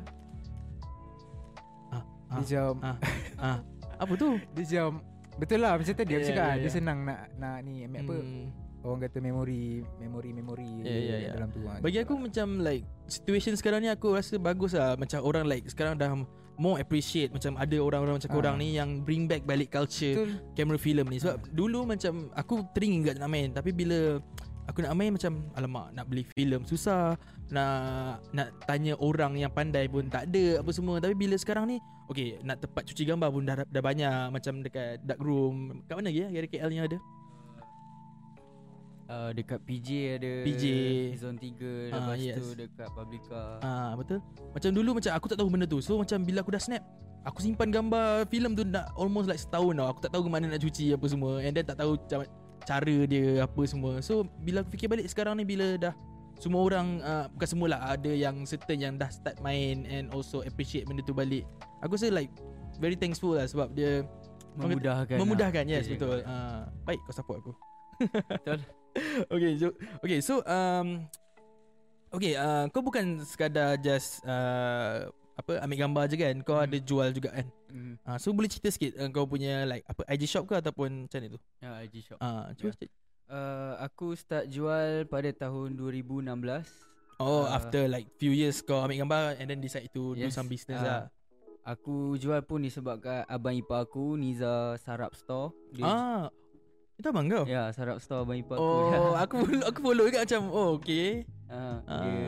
[SPEAKER 1] Ah, ah.
[SPEAKER 3] uh, dia macam
[SPEAKER 1] Ah, apa tu?
[SPEAKER 3] Dia macam Betul lah macam tadi aku
[SPEAKER 1] Yeah,
[SPEAKER 3] cakap
[SPEAKER 1] yeah,
[SPEAKER 3] yeah, Dia
[SPEAKER 1] yeah.
[SPEAKER 3] senang nak nak ni ambil apa
[SPEAKER 1] Hmm.
[SPEAKER 3] Orang kata memori Memori-memori
[SPEAKER 1] Yeah, yeah, yeah.
[SPEAKER 3] dalam tu ha,
[SPEAKER 1] Bagi aku macam like Situation sekarang ni aku rasa bagus lah Macam orang like sekarang dah More appreciate Macam ada orang-orang macam
[SPEAKER 3] Ah.
[SPEAKER 1] korang ni Yang bring back balik culture
[SPEAKER 3] Betul Ah.
[SPEAKER 1] Kamera filem ni Sebab dulu macam Aku teringin ingat nak main Tapi bila Aku nak main macam Alamak nak beli filem susah Nak Nak tanya orang yang pandai pun tak ada Apa semua Tapi bila sekarang ni Okay nak tempat cuci gambar pun dah, dah banyak Macam dekat dark room Kat mana lagi ya Kira KL ni ada
[SPEAKER 2] Ah, dekat PJ ada
[SPEAKER 1] PJ.
[SPEAKER 2] Zone 3
[SPEAKER 1] Ah,
[SPEAKER 2] lepas
[SPEAKER 1] yes.
[SPEAKER 2] tu dekat Publica
[SPEAKER 1] Ah betul. Macam dulu macam aku tak tahu benda tu. So macam bila aku dah snap, aku simpan gambar filem tu dah almost like setahun tau. Aku tak tahu ke mana nak cuci apa semua and then tak tahu macam cara dia apa semua. So bila aku fikir balik sekarang ni bila dah semua orang uh, bukan semualah ada yang certain yang dah start main and also appreciate benda tu balik. Aku rasa like very thankful lah sebab dia orang kata-
[SPEAKER 2] memudahkan lah.
[SPEAKER 1] memudahkan yes
[SPEAKER 2] Kerja
[SPEAKER 1] betul.
[SPEAKER 2] kau.
[SPEAKER 1] Uh, baik kau support aku.
[SPEAKER 2] Betul.
[SPEAKER 1] okay, so okay, so um okay, uh, kau bukan sekadar just uh, apa ambil gambar je kan. Kau
[SPEAKER 2] Hmm.
[SPEAKER 1] ada jual juga kan.
[SPEAKER 2] Mhm.
[SPEAKER 1] Uh, so boleh cerita sikit uh, kau punya like apa IG shop ke ataupun macam mana tu?
[SPEAKER 2] Ya, IG shop.
[SPEAKER 1] Ah, uh, cuba yeah.
[SPEAKER 2] Uh, aku start jual pada tahun 2016.
[SPEAKER 1] Oh,
[SPEAKER 2] Ah.
[SPEAKER 1] after like few years kau ambil gambar and then decide to do
[SPEAKER 2] Yes,
[SPEAKER 1] some business
[SPEAKER 2] ah.
[SPEAKER 1] lah.
[SPEAKER 2] Aku jual pun disebabkan abang ipar aku Niza Sarap Store.
[SPEAKER 1] Ah. Itu abang kau.
[SPEAKER 2] Ya, Sarap Store abang ipar aku.
[SPEAKER 1] Oh, aku follow, aku follow juga macam oh okey.
[SPEAKER 2] Ha,
[SPEAKER 1] Ah.
[SPEAKER 2] dia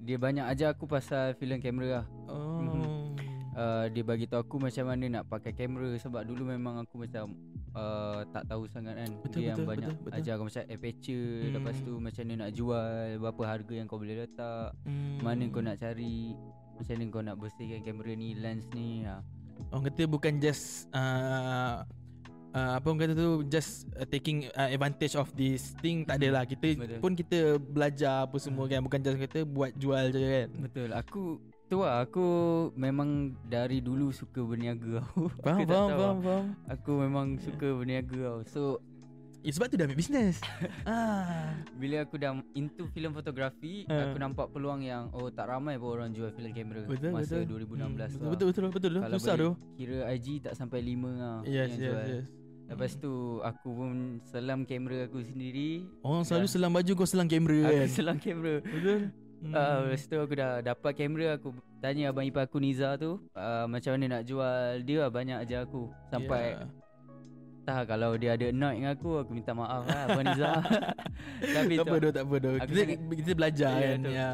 [SPEAKER 2] dia banyak ajar aku pasal filem kamera lah.
[SPEAKER 1] Oh.
[SPEAKER 2] Uh, dia bagi tahu aku macam mana nak pakai kamera sebab dulu memang aku macam uh, tak tahu sangat kan.
[SPEAKER 1] Betul,
[SPEAKER 2] dia yang
[SPEAKER 1] betul,
[SPEAKER 2] banyak
[SPEAKER 1] betul, betul.
[SPEAKER 2] ajar aku macam aperture, hmm. lepas
[SPEAKER 1] Hmm.
[SPEAKER 2] tu macam mana nak jual, berapa harga yang kau boleh letak,
[SPEAKER 1] Hmm.
[SPEAKER 2] mana kau nak cari, macam mana kau nak bersihkan kamera ni, lens ni. Ha.
[SPEAKER 1] Orang kata bukan just uh, uh, apa orang kata tu just uh, taking uh, advantage of this thing tak adalah kita
[SPEAKER 2] Betul.
[SPEAKER 1] pun kita belajar apa semua kan bukan just kata buat jual je kan.
[SPEAKER 2] Betul. Aku tu lah aku memang dari dulu suka berniaga aku.
[SPEAKER 1] Faham faham
[SPEAKER 2] tak tahu
[SPEAKER 1] faham faham.
[SPEAKER 2] Aku memang suka berniaga tau. So
[SPEAKER 1] Eh, sebab tu dah ambil bisnes. ah.
[SPEAKER 2] Bila aku dah into filem fotografi,
[SPEAKER 1] Ha.
[SPEAKER 2] aku nampak peluang yang oh tak ramai pun orang jual filem kamera
[SPEAKER 1] Betul
[SPEAKER 2] masa
[SPEAKER 1] betul. Hmm,
[SPEAKER 2] 2016 tu.
[SPEAKER 1] betul,
[SPEAKER 2] lah.
[SPEAKER 1] betul betul betul betul.
[SPEAKER 2] Kalau
[SPEAKER 1] Susah tu.
[SPEAKER 2] boleh- Kira IG tak sampai 5 lah
[SPEAKER 1] Yes
[SPEAKER 2] yang
[SPEAKER 1] yes
[SPEAKER 2] jual.
[SPEAKER 1] yes.
[SPEAKER 2] Lepas tu aku pun selam kamera aku sendiri.
[SPEAKER 1] Orang selalu
[SPEAKER 2] Dah.
[SPEAKER 1] selang baju kau selang kamera
[SPEAKER 2] Aku
[SPEAKER 1] kan.
[SPEAKER 2] selam kamera.
[SPEAKER 1] Betul.
[SPEAKER 2] Hmm. Uh, lepas tu aku dah dapat kamera aku tanya abang ipar aku Niza tu uh, macam mana nak jual. Dia lah banyak ajar aku sampai
[SPEAKER 1] Yeah.
[SPEAKER 2] entah kalau dia ada annoyed dengan aku aku minta maaf lah abang Niza. Tapi
[SPEAKER 1] tak
[SPEAKER 2] tu
[SPEAKER 1] apa doh, tak apa doh.
[SPEAKER 2] Aku
[SPEAKER 1] Kita
[SPEAKER 2] sangat-
[SPEAKER 1] kita belajar
[SPEAKER 2] Ya,
[SPEAKER 1] kan.
[SPEAKER 2] tu.
[SPEAKER 1] Ya.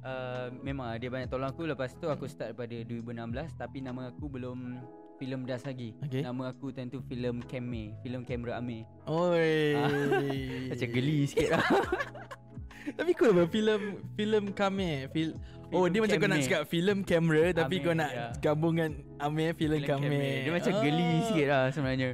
[SPEAKER 2] uh, memang dia banyak tolong aku lepas tu aku start pada 2016 tapi nama aku belum filem das lagi.
[SPEAKER 1] Okey.
[SPEAKER 2] Nama aku time tu filem Kame, filem kamera Ame.
[SPEAKER 1] Oi. Eh.
[SPEAKER 2] Macam geli sikit lah.
[SPEAKER 1] Tapi cool apa filem filem kami fil Oh
[SPEAKER 2] Filem
[SPEAKER 1] dia macam kau nak
[SPEAKER 2] Kame.
[SPEAKER 1] cakap filem kamera tapi
[SPEAKER 2] Ame,
[SPEAKER 1] kau nak
[SPEAKER 2] ya.
[SPEAKER 1] gabungan Ame filem Ah. kami.
[SPEAKER 2] Dia macam geli sikit lah sebenarnya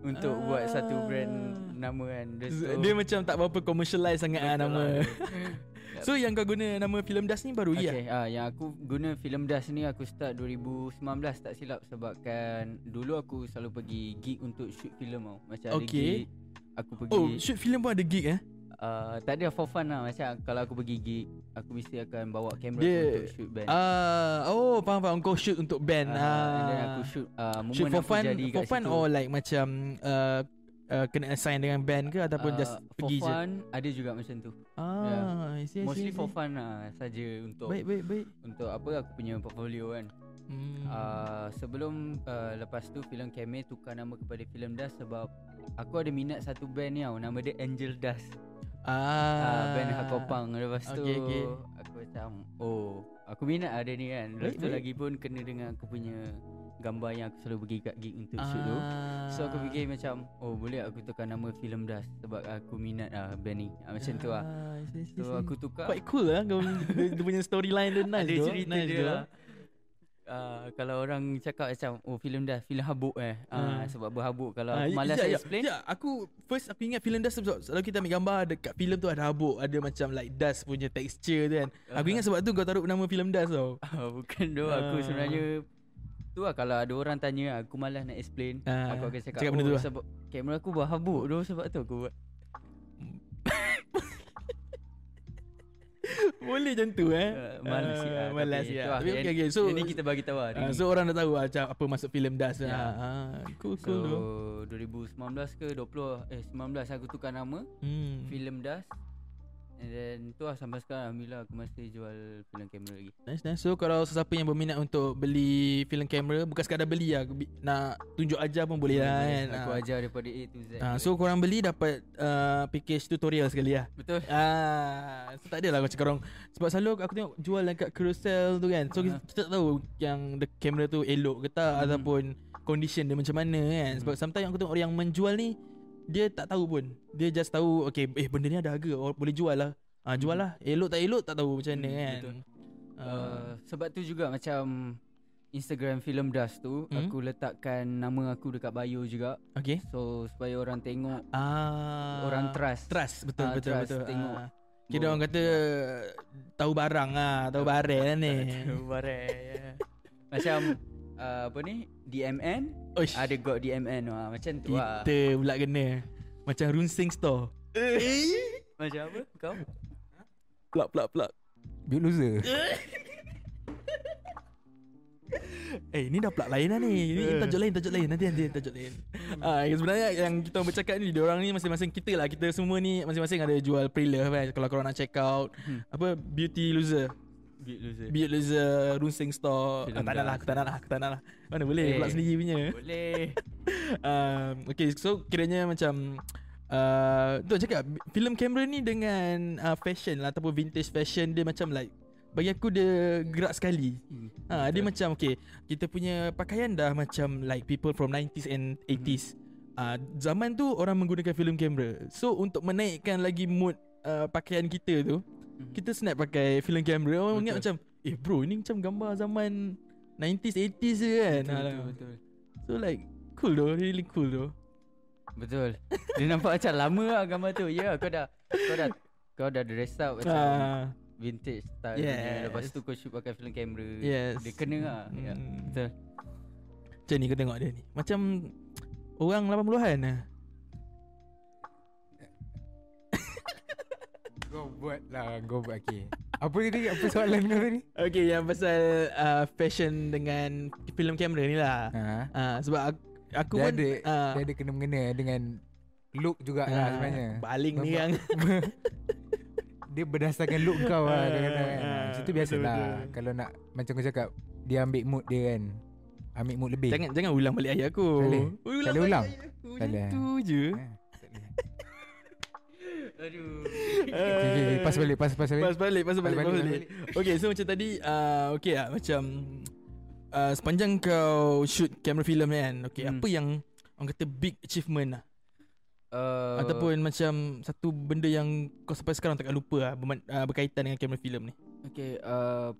[SPEAKER 2] untuk buat satu brand
[SPEAKER 1] Ah.
[SPEAKER 2] nama kan. Dia, so,
[SPEAKER 1] Dia macam tak berapa commercialize sangat ah
[SPEAKER 2] Betul
[SPEAKER 1] nama.
[SPEAKER 2] lah.
[SPEAKER 1] so yang kau guna nama filem Das ni baru ya.
[SPEAKER 2] Okay, ah, yang aku guna filem Das ni aku start 2019 tak silap sebabkan dulu aku selalu pergi gig untuk shoot filem tau. Macam ada
[SPEAKER 1] Okey.
[SPEAKER 2] gig aku pergi
[SPEAKER 1] Oh, shoot filem pun ada gig eh.
[SPEAKER 2] Uh, tak ada for fun lah Macam kalau aku pergi gig Aku mesti akan bawa kamera
[SPEAKER 1] Dia-
[SPEAKER 2] aku untuk shoot band
[SPEAKER 1] Ah, oh faham faham kau shoot untuk band.
[SPEAKER 2] Ah,
[SPEAKER 1] Ah.
[SPEAKER 2] And then aku shoot uh, Moment
[SPEAKER 1] Shoot for
[SPEAKER 2] aku
[SPEAKER 1] fun
[SPEAKER 2] jadi
[SPEAKER 1] For
[SPEAKER 2] kat
[SPEAKER 1] fun
[SPEAKER 2] situ.
[SPEAKER 1] or like macam uh, uh, Kena assign dengan band ke Ataupun
[SPEAKER 2] Ah,
[SPEAKER 1] uh, just
[SPEAKER 2] For
[SPEAKER 1] pergi je
[SPEAKER 2] fun Ada juga macam tu
[SPEAKER 1] Ah, yeah.
[SPEAKER 2] Mostly for fun lah Saja untuk
[SPEAKER 1] Baik baik baik
[SPEAKER 2] Untuk apa aku punya portfolio kan
[SPEAKER 1] hmm.
[SPEAKER 2] uh, Sebelum uh, Lepas tu filem Kame Tukar nama kepada filem Das Sebab Aku ada minat satu band ni tau Nama dia Angel Das
[SPEAKER 1] ah.
[SPEAKER 2] uh, Band Hakopang Lepas tu
[SPEAKER 1] Okey, okey.
[SPEAKER 2] Aku macam Oh Aku minat ada ni kan
[SPEAKER 1] Baik,
[SPEAKER 2] Lepas tu
[SPEAKER 1] baik.
[SPEAKER 2] lagi pun Kena dengan aku punya Gambar yang aku selalu pergi kat gig Untuk shoot tu So
[SPEAKER 1] Ah.
[SPEAKER 2] aku fikir macam Oh boleh aku tukar nama filem Das Sebab aku minat lah band ni Ah, Macam tu lah
[SPEAKER 1] I see, I see, I
[SPEAKER 2] So
[SPEAKER 1] see.
[SPEAKER 2] aku tukar
[SPEAKER 1] Quite cool lah kau punya- dia, dia punya storyline dia nice
[SPEAKER 2] Ada
[SPEAKER 1] though.
[SPEAKER 2] cerita
[SPEAKER 1] nice
[SPEAKER 2] dia
[SPEAKER 1] though.
[SPEAKER 2] lah Uh, kalau orang cakap macam Oh filem dah Filem habuk eh
[SPEAKER 1] Ah.
[SPEAKER 2] uh, Sebab berhabuk Kalau
[SPEAKER 1] Ah,
[SPEAKER 2] aku
[SPEAKER 1] sekejap,
[SPEAKER 2] malas nak
[SPEAKER 1] sekejap,
[SPEAKER 2] explain
[SPEAKER 1] sekejap. aku first aku ingat filem dust sebab selalu kita ambil gambar dekat filem tu ada habuk, ada macam like dust punya texture tu kan. Aku ingat sebab tu kau taruh nama filem dust tau.
[SPEAKER 2] Ah, Bukan doa aku
[SPEAKER 1] Ah.
[SPEAKER 2] sebenarnya Tu lah kalau ada orang tanya Aku malas nak explain
[SPEAKER 1] Ah,
[SPEAKER 2] Aku akan cakap,
[SPEAKER 1] cakap
[SPEAKER 2] cakap
[SPEAKER 1] benda tu
[SPEAKER 2] oh,
[SPEAKER 1] lah."
[SPEAKER 2] sebab Kamera aku berhabuk tu Sebab tu aku buat
[SPEAKER 1] Boleh macam tu eh.
[SPEAKER 2] uh, Malas
[SPEAKER 1] Ah,
[SPEAKER 2] uh, lah,
[SPEAKER 1] Malas
[SPEAKER 2] tapi
[SPEAKER 1] ya.
[SPEAKER 2] tu lah.
[SPEAKER 1] Tapi
[SPEAKER 2] Yang-
[SPEAKER 1] okay, okay. So,
[SPEAKER 2] Yang ni kita bagi tahu lah hari
[SPEAKER 1] Ah,
[SPEAKER 2] ni.
[SPEAKER 1] so orang dah tahu lah macam apa masuk filem dust
[SPEAKER 2] Ya.
[SPEAKER 1] lah. Ah, cool
[SPEAKER 2] so
[SPEAKER 1] cool tu.
[SPEAKER 2] 2019 ke 20 Eh 19 aku tukar nama
[SPEAKER 1] Hmm.
[SPEAKER 2] Film Das And then tu lah sampai sekarang Alhamdulillah aku masih jual film kamera lagi
[SPEAKER 1] Nice nice. So kalau sesiapa yang berminat untuk beli film kamera bukan sekadar beli lah bi- nak tunjuk ajar pun boleh lah kan.
[SPEAKER 2] Aku
[SPEAKER 1] Ah.
[SPEAKER 2] ajar daripada A to Z
[SPEAKER 1] Ah, so korang beli dapat uh, package tutorial sekali lah
[SPEAKER 2] Betul
[SPEAKER 1] Ah, so tak adalah kau cakap orang Sebab selalu aku tengok jual dekat carousel tu kan So kita,
[SPEAKER 2] Ah.
[SPEAKER 1] kita tak tahu yang the kamera tu elok ke tak
[SPEAKER 2] Mhm.
[SPEAKER 1] Ataupun condition dia macam mana kan Sebab sometimes aku tengok orang yang menjual ni Dia tak tahu pun Dia just tahu okay eh benda ni ada harga oh, Boleh jual lah ah, Jual
[SPEAKER 2] Mhm.
[SPEAKER 1] lah Elok tak elok tak tahu macam mana
[SPEAKER 2] Hmm,
[SPEAKER 1] kan
[SPEAKER 2] betul.
[SPEAKER 1] Ah,
[SPEAKER 2] Uh, sebab tu juga macam Instagram Film Dust tu
[SPEAKER 1] Hmm.
[SPEAKER 2] Aku letakkan nama aku dekat bio juga
[SPEAKER 1] Okay
[SPEAKER 2] So supaya orang tengok
[SPEAKER 1] ah,
[SPEAKER 2] Orang trust
[SPEAKER 1] Trust betul
[SPEAKER 2] Ah,
[SPEAKER 1] betul
[SPEAKER 2] trust,
[SPEAKER 1] betul
[SPEAKER 2] tengok.
[SPEAKER 1] Ah. Kira orang kata Tahu barang lah Tahu
[SPEAKER 2] Tak-
[SPEAKER 1] barang lah ni
[SPEAKER 2] Barai Macam uh, Apa ni DMN
[SPEAKER 1] Oish.
[SPEAKER 2] Ada Ah, got DMN Wah, Macam tu lah
[SPEAKER 1] Kita pula kena Macam Runsing Store
[SPEAKER 2] Macam apa kau
[SPEAKER 1] Plak plak plak
[SPEAKER 3] Big loser
[SPEAKER 1] Eh ni dah plak lain lah ni
[SPEAKER 2] Eh.
[SPEAKER 1] Ni tajuk lain tajuk lain Nanti nanti tajuk lain
[SPEAKER 2] Hmm.
[SPEAKER 1] Ah, Sebenarnya yang kita orang bercakap ni Diorang ni masing-masing kita lah eh. Kita semua ni Masing-masing ada jual pre-love kan Kalau korang nak check out
[SPEAKER 2] Hmm.
[SPEAKER 1] Apa Beauty Loser
[SPEAKER 2] Beat loser
[SPEAKER 1] Beat loser Runsing store
[SPEAKER 2] Film
[SPEAKER 1] ah, Tak nak
[SPEAKER 2] dah.
[SPEAKER 1] lah Aku tak nak lah Aku tak nak lah Mana boleh
[SPEAKER 2] Eh.
[SPEAKER 1] Pula sendiri punya
[SPEAKER 2] Boleh
[SPEAKER 1] um, Okay so Kiranya macam uh, Tu cakap Film Cameron ni dengan uh, Fashion lah Ataupun vintage fashion Dia macam like Bagi aku dia Gerak sekali ha, Dia macam okay Kita punya pakaian dah macam Like people from 90s and 80s
[SPEAKER 2] Mm-hmm.
[SPEAKER 1] uh, Zaman tu Orang menggunakan film kamera So untuk menaikkan lagi mood uh, Pakaian kita tu
[SPEAKER 2] Hmm.
[SPEAKER 1] kita snap pakai film kamera orang
[SPEAKER 2] Betul.
[SPEAKER 1] ingat macam eh bro ni macam gambar zaman 90s 80s je kan
[SPEAKER 2] Betul,
[SPEAKER 1] Alah.
[SPEAKER 2] betul, betul.
[SPEAKER 1] so like cool though really cool though
[SPEAKER 2] Betul. Dia nampak macam lama lah gambar tu. Ya, yeah, kau dah kau dah kau dah dress up macam
[SPEAKER 1] ah
[SPEAKER 2] vintage style
[SPEAKER 1] Yes.
[SPEAKER 2] yes. Lepas tu kau shoot pakai film kamera.
[SPEAKER 1] yes
[SPEAKER 2] Dia kena lah. Mm. Ya.
[SPEAKER 1] Hmm.
[SPEAKER 2] Betul.
[SPEAKER 1] macam ni kau tengok dia ni macam orang 80-an lah
[SPEAKER 3] Kau buat lah Kau buat okay Apa tadi Apa soalan kau tadi
[SPEAKER 1] Okay yang pasal uh, fashion dengan film kamera ni lah
[SPEAKER 3] ha.
[SPEAKER 1] uh, Sebab aku, aku
[SPEAKER 3] Dia
[SPEAKER 1] pun
[SPEAKER 3] ada
[SPEAKER 1] ah,
[SPEAKER 3] Dia ada kena-mengena Dengan Look juga lah
[SPEAKER 1] ah,
[SPEAKER 3] sebenarnya
[SPEAKER 1] Baling ni
[SPEAKER 3] Nampak.
[SPEAKER 1] kan
[SPEAKER 3] Dia berdasarkan look kau lah Dia kata kan
[SPEAKER 1] Ah,
[SPEAKER 3] Ah, Macam tu
[SPEAKER 1] betul,
[SPEAKER 3] biasalah
[SPEAKER 1] betul.
[SPEAKER 3] Kalau nak Macam kau cakap Dia ambil mood dia kan Ambil mood lebih
[SPEAKER 1] Jangan jangan ulang balik ayat aku
[SPEAKER 3] Tak boleh.
[SPEAKER 1] Ulang
[SPEAKER 3] Tak boleh
[SPEAKER 1] balik
[SPEAKER 3] Eh. ulang.
[SPEAKER 1] ayat aku
[SPEAKER 3] Tak
[SPEAKER 1] Macam
[SPEAKER 3] boleh.
[SPEAKER 1] tu je
[SPEAKER 3] Ah, tak boleh.
[SPEAKER 2] Aduh.
[SPEAKER 3] Okay, okay, okay. Pas balik Pas, pas balik
[SPEAKER 1] Pas balik, pas balik, pas
[SPEAKER 3] balik,
[SPEAKER 1] balik. Okay, so macam tadi uh, okay lah macam uh, sepanjang kau shoot kamera filem ni kan. Okay,
[SPEAKER 2] Hmm.
[SPEAKER 1] apa yang orang kata big achievement lah
[SPEAKER 2] Uh,
[SPEAKER 1] ataupun macam satu benda yang kau sampai sekarang takkan lupa lah berman- uh, berkaitan dengan kamera filem ni.
[SPEAKER 2] Okay uh,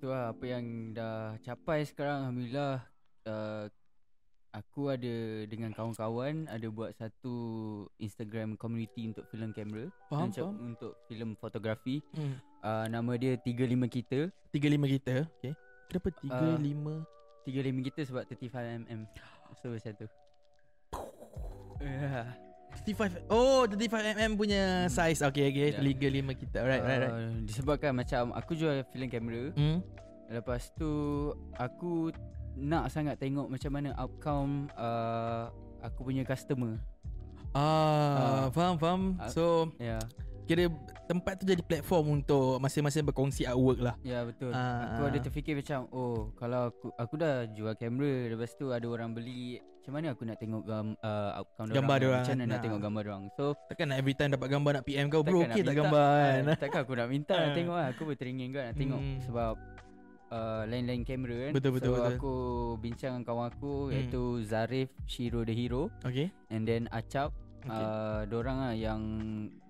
[SPEAKER 2] Tu lah apa yang dah capai sekarang Alhamdulillah uh, Aku ada dengan kawan-kawan Ada buat satu Instagram community untuk filem kamera
[SPEAKER 1] Faham?
[SPEAKER 2] untuk,
[SPEAKER 1] faham?
[SPEAKER 2] untuk filem fotografi
[SPEAKER 1] Hmm.
[SPEAKER 2] uh, Nama dia 35 kita
[SPEAKER 1] 35 kita. Okay. Kenapa 35?
[SPEAKER 2] Ah.
[SPEAKER 1] Uh,
[SPEAKER 2] 35 kita sebab 35mm So macam tu yeah.
[SPEAKER 1] 35 Oh 35mm punya
[SPEAKER 2] Hmm.
[SPEAKER 1] size Okay okay
[SPEAKER 2] Ya.
[SPEAKER 1] 35 kita Alright alright alright
[SPEAKER 2] uh, Disebabkan macam Aku jual film kamera
[SPEAKER 1] hmm.
[SPEAKER 2] Lepas tu aku nak sangat tengok macam mana outcome uh, aku punya customer.
[SPEAKER 1] Ah,
[SPEAKER 2] Ah.
[SPEAKER 1] Faham faham
[SPEAKER 2] Ah.
[SPEAKER 1] So
[SPEAKER 2] Ya, yeah.
[SPEAKER 1] Kira tempat tu jadi platform Untuk masing-masing berkongsi artwork lah
[SPEAKER 2] ya yeah, betul.
[SPEAKER 1] Ah,
[SPEAKER 2] aku
[SPEAKER 1] ah.
[SPEAKER 2] ada terfikir macam oh kalau aku aku dah jual kamera lepas tu ada orang beli macam mana aku nak tengok gam, uh, outcome dorang
[SPEAKER 1] Gambar eh?
[SPEAKER 2] ni?
[SPEAKER 1] dorang,
[SPEAKER 2] Macam mana nak
[SPEAKER 1] nah.
[SPEAKER 2] tengok gambar orang. So
[SPEAKER 1] Takkan nak every time dapat gambar nak PM kau Bro
[SPEAKER 2] takkan nak
[SPEAKER 1] okey tak
[SPEAKER 2] minta-
[SPEAKER 1] gambar kan
[SPEAKER 2] ah, Takkan aku nak minta nak
[SPEAKER 1] Ah.
[SPEAKER 2] tengok lah. Aku berteringin kot nak tengok
[SPEAKER 1] Hmm.
[SPEAKER 2] sebab Uh, lain-lain kamera kan
[SPEAKER 1] Betul, betul,
[SPEAKER 2] So
[SPEAKER 1] betul.
[SPEAKER 2] aku bincang dengan kawan aku
[SPEAKER 1] Hmm.
[SPEAKER 2] Iaitu Zarif Shiro The Hero
[SPEAKER 1] Okay,
[SPEAKER 2] And then Acap
[SPEAKER 1] okay.
[SPEAKER 2] uh, Diorang lah yang